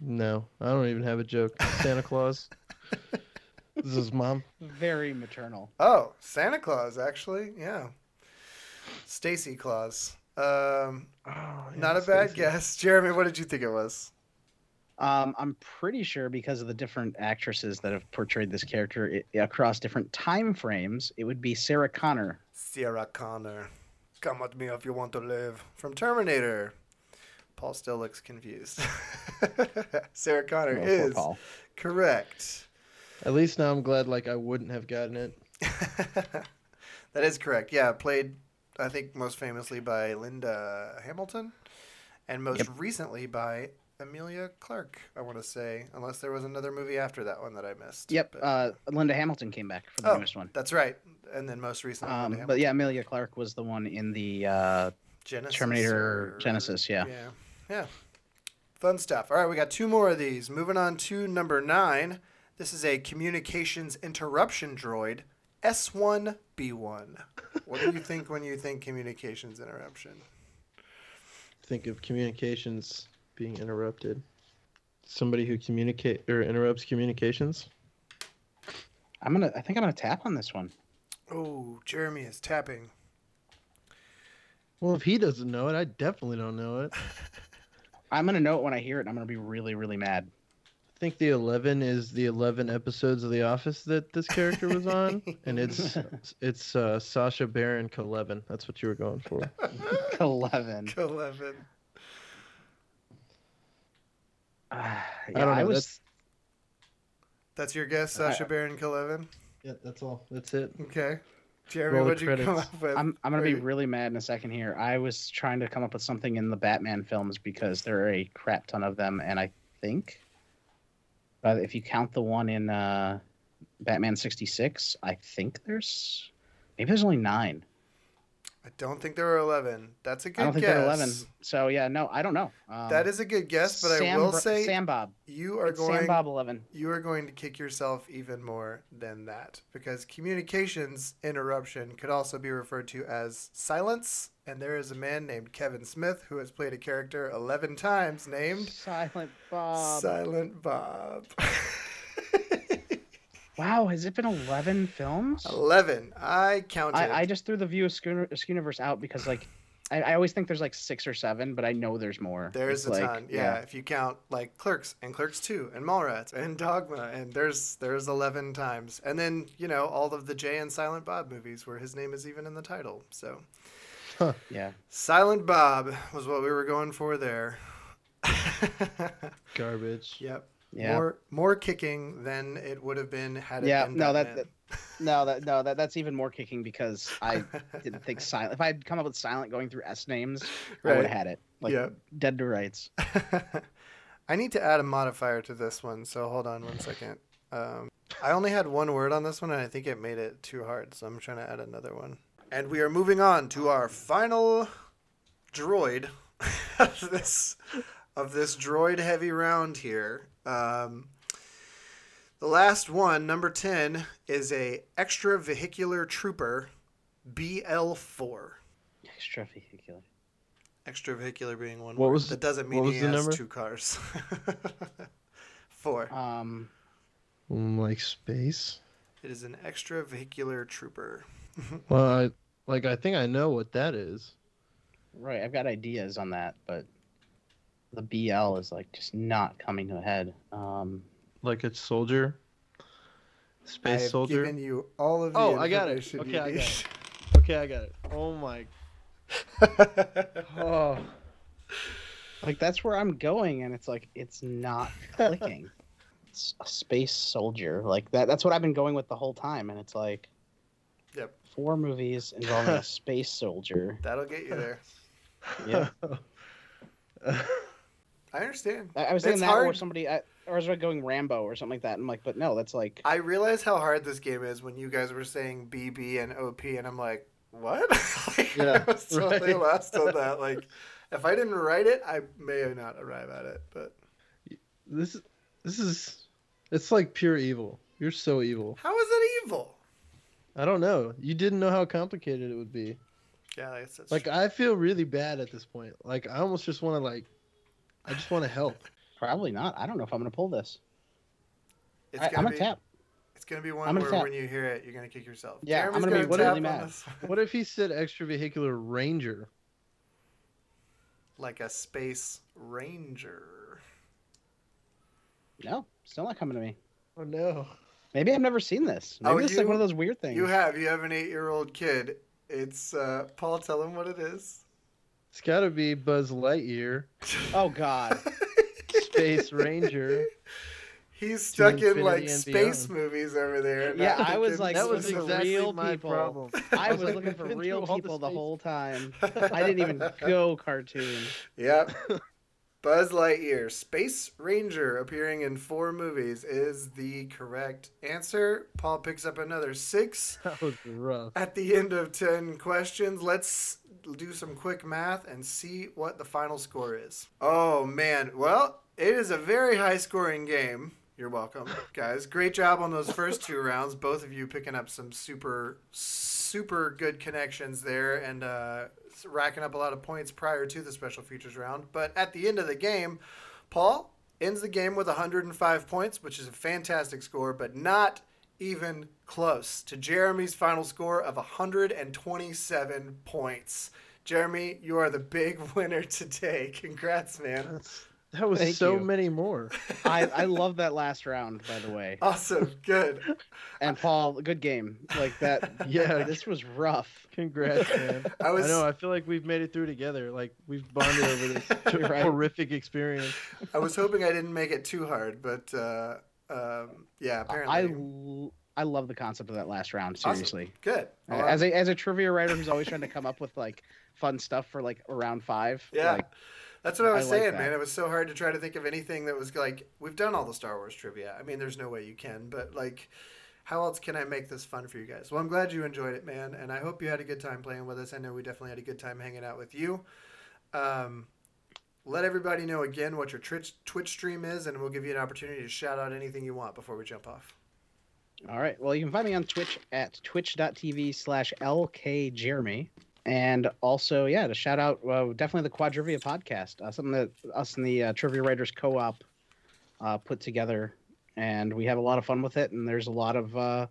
S2: no, I don't even have a joke. Santa Claus. this is mom.
S4: Very maternal.
S1: Oh, Santa Claus, actually, yeah. Stacy Claus. Um,
S2: Oh, yeah,
S1: not a bad
S2: Stacy.
S1: guess, Jeremy. What did you think it was?
S4: Um, I'm pretty sure because of the different actresses that have portrayed this character i across different time frames, it would be Sarah Connor.
S1: Sarah Connor, come with me if you want to live. From Terminator. Paul still looks confused. Sarah Connor
S4: No, poor
S1: is
S4: Paul.
S1: correct.
S2: At least now I'm glad like I wouldn't have gotten it.
S1: that is correct. Yeah, played I think most famously by Linda Hamilton, and most recently by Amelia Clark. I want to say, unless there was another movie after that one that I missed.
S4: Yep.
S1: but-
S4: Uh, Linda Hamilton came back for the
S1: oh,
S4: newest one.
S1: that's right. And then most recently, Linda
S4: Um, but
S1: Hamilton.
S4: yeah, Amelia Clark was the one in the uh,
S1: Genesis
S4: Terminator
S1: or-
S4: Genesis. Yeah.
S1: Yeah. Yeah. Fun stuff. All right, we got two more of these. Moving on to number nine. This is a communications interruption droid, S1B1. What do you think when you think communications interruption?
S2: Think of communications being interrupted. Somebody who communicate or interrupts communications.
S4: I'm gonna. I think I'm gonna tap on this one.
S1: Oh, Jeremy is tapping.
S2: Well, if he doesn't know it, I definitely don't know it.
S4: I'm gonna know it when I hear it. and I'm gonna be really, really mad.
S2: I think the 11 is the 11 episodes of The Office that this character was on, and it's it's uh, Sasha Baron Cohen. That's what you were going for.
S4: Eleven.
S1: Eleven.
S4: Ah, yeah,
S2: I don't know.
S4: I was
S2: that's,
S1: That's your guess, Sasha Baron Eleven.
S2: yeah, that's all. That's it.
S1: Okay. Jeremy,
S2: Roll the
S1: what'd you come
S2: credits.
S1: up with?
S4: I'm, I'm gonna be
S1: Wait.
S4: really mad in a second here. I was trying to come up with something in the Batman films because there are a crap ton of them, and I think, but if you count the one in uh, Batman '66, I think there's maybe there's only nine.
S1: I don't think there are eleven. That's a good
S4: I don't think
S1: guess.
S4: there are eleven. So yeah, no, I don't know. Um,
S1: That is a good guess, but
S4: Sam
S1: I will
S4: Br-
S1: say
S4: Sam Bob.
S1: you are
S4: It's
S1: going
S4: Sam Bob Eleven.
S1: you are going to kick yourself even more than that because communications interruption could also be referred to as silence. And there is a man named Kevin Smith who has played a character 11 times named
S4: Silent Bob.
S1: Silent Bob.
S4: wow, has it been eleven films?
S1: 11. I counted.
S4: I, I just threw the view of Schooner, Schooniverse out because like I, I always think there's like six or seven, but I know there's more.
S1: there's
S4: It's
S1: a
S4: like,
S1: ton. Yeah, if you count like Clerks and Clerks 2 and Mallrats and Dogma and there's there's 11 times. And then, you know, all of the Jay and Silent Bob movies where his name is even in the title. So
S4: yeah.
S1: Silent Bob was what we were going for there.
S2: Garbage.
S1: yep.
S4: Yeah.
S1: More more kicking than it would have been had it
S4: Yeah,
S1: been
S4: no, that-
S1: Batman.
S4: that- No, that no, that that's even more kicking because I didn't think silent. If I had come up with silent going through S names, I would
S1: Right.
S4: have had it. Like
S1: Yeah.
S4: dead to rights.
S1: I need to add a modifier to this one, so hold on one second. Um, I only had one word on this one, and I think it made it too hard, so I'm trying to add another one. And we are moving on to our final droid of this of this droid heavy round here. Um, the last one, number ten, is a extravehicular trooper, BL4.
S4: Extravehicular.
S1: Extravehicular being one
S2: What
S1: word.
S2: was-
S1: that doesn't
S2: what
S1: mean
S2: was
S1: he
S2: the
S1: has
S2: number?
S1: two cars. Four.
S4: Um,
S2: Mm, like space.
S1: It is an extravehicular trooper.
S2: Well, I, like I think I know what that is.
S4: right. I've got ideas on that, but the BL is like just not coming to a head. Um,
S2: Like a soldier. Space
S1: I've
S2: soldier.
S1: given you all of the
S2: Oh, I got it.
S1: information
S2: Okay, I
S1: you
S2: got Okay, I got it. Oh my.
S1: need.
S2: Oh.
S4: like that's where I'm going, and it's like it's not clicking. it's a space soldier, like that. That's what I've been going with the whole time, and it's like,
S1: Yep.
S4: four movies involving a space soldier.
S1: That'll get you there.
S4: Yeah,
S1: I understand.
S4: I, I was thinking
S1: It's
S4: that, or
S1: hard.
S4: somebody, I, or I was like going Rambo or something like that. I'm like, but no, that's like,
S1: I realize how hard this game is when you guys were saying BB and OP, and I'm like, what? like,
S2: Yeah,
S1: I was totally
S2: right.
S1: lost on that. Like, if I didn't write it, I may not arrive at it. But
S2: This this is it's like pure evil. You're so evil.
S1: how is it evil?
S2: I don't know. You didn't know how complicated it would be.
S1: Yeah, I guess that's
S2: Like
S1: true.
S2: I feel really bad at this point. Like I almost just want to like I just want to help.
S4: probably not. I don't know if I'm gonna pull this.
S1: It's
S4: I,
S1: gonna
S4: I'm gonna
S1: be-
S4: tap.
S1: It's gonna be one
S4: I'm gonna
S1: where
S4: tap.
S1: when you hear it, you're gonna kick yourself.
S4: Yeah, I'm gonna be
S1: gonna
S4: really
S1: tap on
S4: mad.
S1: this.
S2: What if he said extravehicular ranger?
S1: like a space ranger.
S4: No, still not coming to me.
S2: Oh no.
S4: Maybe I've never seen this. Maybe
S1: Oh,
S4: it's like
S1: you-
S4: one of those weird things.
S1: You have you have an eight year old kid. It's uh, Paul. Tell him what it is.
S2: It's gotta be Buzz Lightyear,
S4: oh God.
S2: Space Ranger.
S1: He's stuck in
S2: infinity
S1: like
S2: and
S1: space
S2: beyond.
S1: movies over there. and
S4: Yeah,
S1: I'm
S4: I was
S1: thinking,
S4: like,
S1: this
S2: That was
S1: is a-
S2: exactly
S4: real
S2: my
S4: people.
S2: problem.
S4: I was
S2: like,
S4: looking
S2: we've
S4: for
S2: been
S4: real
S2: through all
S4: people the
S2: space-
S4: whole time. I didn't even go cartoon.
S1: Yep. Buzz Lightyear, Space Ranger, appearing in four movies, is the correct answer. Paul picks up another six
S2: That was rough.
S1: at the end of 10 questions. Let's do some quick math and see what the final score is. Oh, man. Well, it is a very high scoring game. You're welcome, guys. Great job on those first two rounds. Both of you picking up some super, super good connections there and uh, racking up a lot of points prior to the special features round. But at the end of the game, Paul ends the game with 105 points, which is a fantastic score, but not even close to Jeremy's final score of 127 points. Jeremy, you are the big winner today. Congrats, man.
S2: That's, that was
S4: Thank
S2: so
S4: you.
S2: many more.
S4: I, I love that last round, by the way.
S1: Awesome. Good.
S4: And Paul, good game. Like that.
S2: Yeah.
S4: This was rough.
S2: Congrats, man.
S1: I was
S2: I know. I feel like we've made it through together. Like we've bonded over this
S4: Right.
S2: horrific experience.
S1: I was hoping I didn't make it too hard, but uh, um, yeah,
S4: I
S1: apparently.
S4: l- I love the concept of that last round.
S1: Awesome.
S4: Seriously.
S1: Good. Well,
S4: As a as a trivia writer who's always trying to come up with like fun stuff for like round five.
S1: Yeah.
S4: Like,
S1: That's what I
S4: I
S1: was
S4: like
S1: saying,
S4: that.
S1: man. It was so hard to try to think of anything that was like we've done all the Star Wars trivia. I mean, there's no way you can, but like how else can I make this fun for you guys? Well, I'm glad you enjoyed it, man, and I hope you had a good time playing with us. I know we definitely had a good time hanging out with you. Um, let everybody know again what your Twitch Twitch stream is, and we'll give you an opportunity to shout out anything you want before we jump off.
S4: All right. Well, you can find me on Twitch at twitch.tv slash lkjeremy. And also, yeah, to shout out uh, definitely the Quadrivia podcast, uh, something that us and the uh, Trivia Writers Co op uh, put together. And we have a lot of fun with it. And there's a lot of, uh,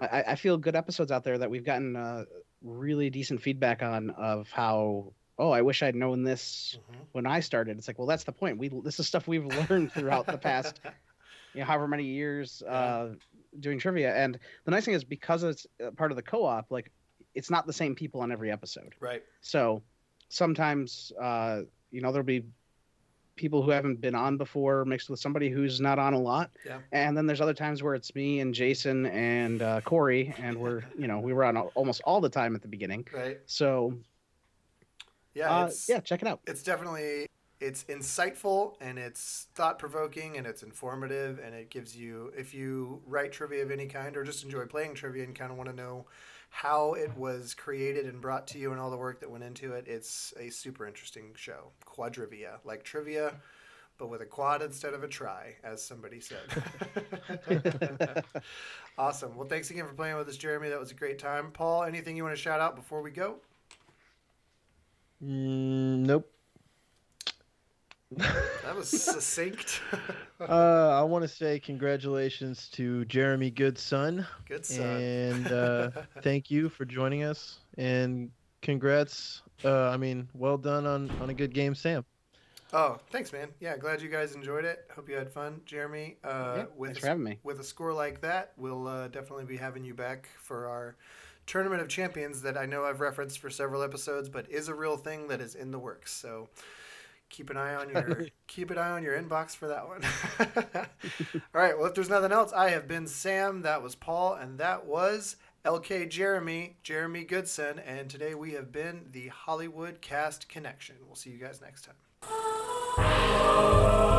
S4: I, I feel good episodes out there that we've gotten uh, really decent feedback on of how, oh, I wish I'd known this when I started. It's like, well, that's the point. We This is stuff we've learned throughout the past you know, however many years uh, doing trivia. And the nice thing is because it's uh, part of the co-op, like it's not the same people on every episode.
S1: Right.
S4: So sometimes, uh, you know, there'll be people who haven't been on before mixed with somebody who's not on a lot.
S1: Yeah.
S4: And then there's other times where it's me and Jason and uh, Corey, and we're, you know, we were on al- almost all the time at the beginning.
S1: Right.
S4: So
S1: Yeah.
S4: uh,
S1: it's-
S4: yeah, check it out.
S1: it's definitely it's insightful and it's thought provoking and it's informative and it gives you if you write trivia of any kind or just enjoy playing trivia and kind of want to know how it was created and brought to you and all the work that went into it it's a super interesting show quadrivia like trivia but with a quad instead of a try as somebody said awesome well thanks again for playing with us jeremy that was a great time paul anything you want to shout out before we go
S2: Mm, nope.
S1: that was succinct
S2: Uh, I want to say congratulations to Jeremy Goodson,
S1: good son
S2: and uh, thank you for joining us. And congrats. Uh, I mean, well done on on a good game, Sam.
S1: Oh, thanks, man. Yeah, glad you guys enjoyed it. Hope you had fun, Jeremy. Uh,
S4: Yeah,
S1: with
S4: Thanks for having me.
S1: with a score like that, we'll uh, definitely be having you back for our tournament of champions that I know I've referenced for several episodes, but is a real thing that is in the works. So keep an eye on your keep an eye on your inbox for that one. All right. Well, if there's nothing else, I have been Sam. That was Paul, and that was. LK Jeremy, Jeremy Goodson, and today we have been the Hollywood Cast Connection. We'll see you guys next time.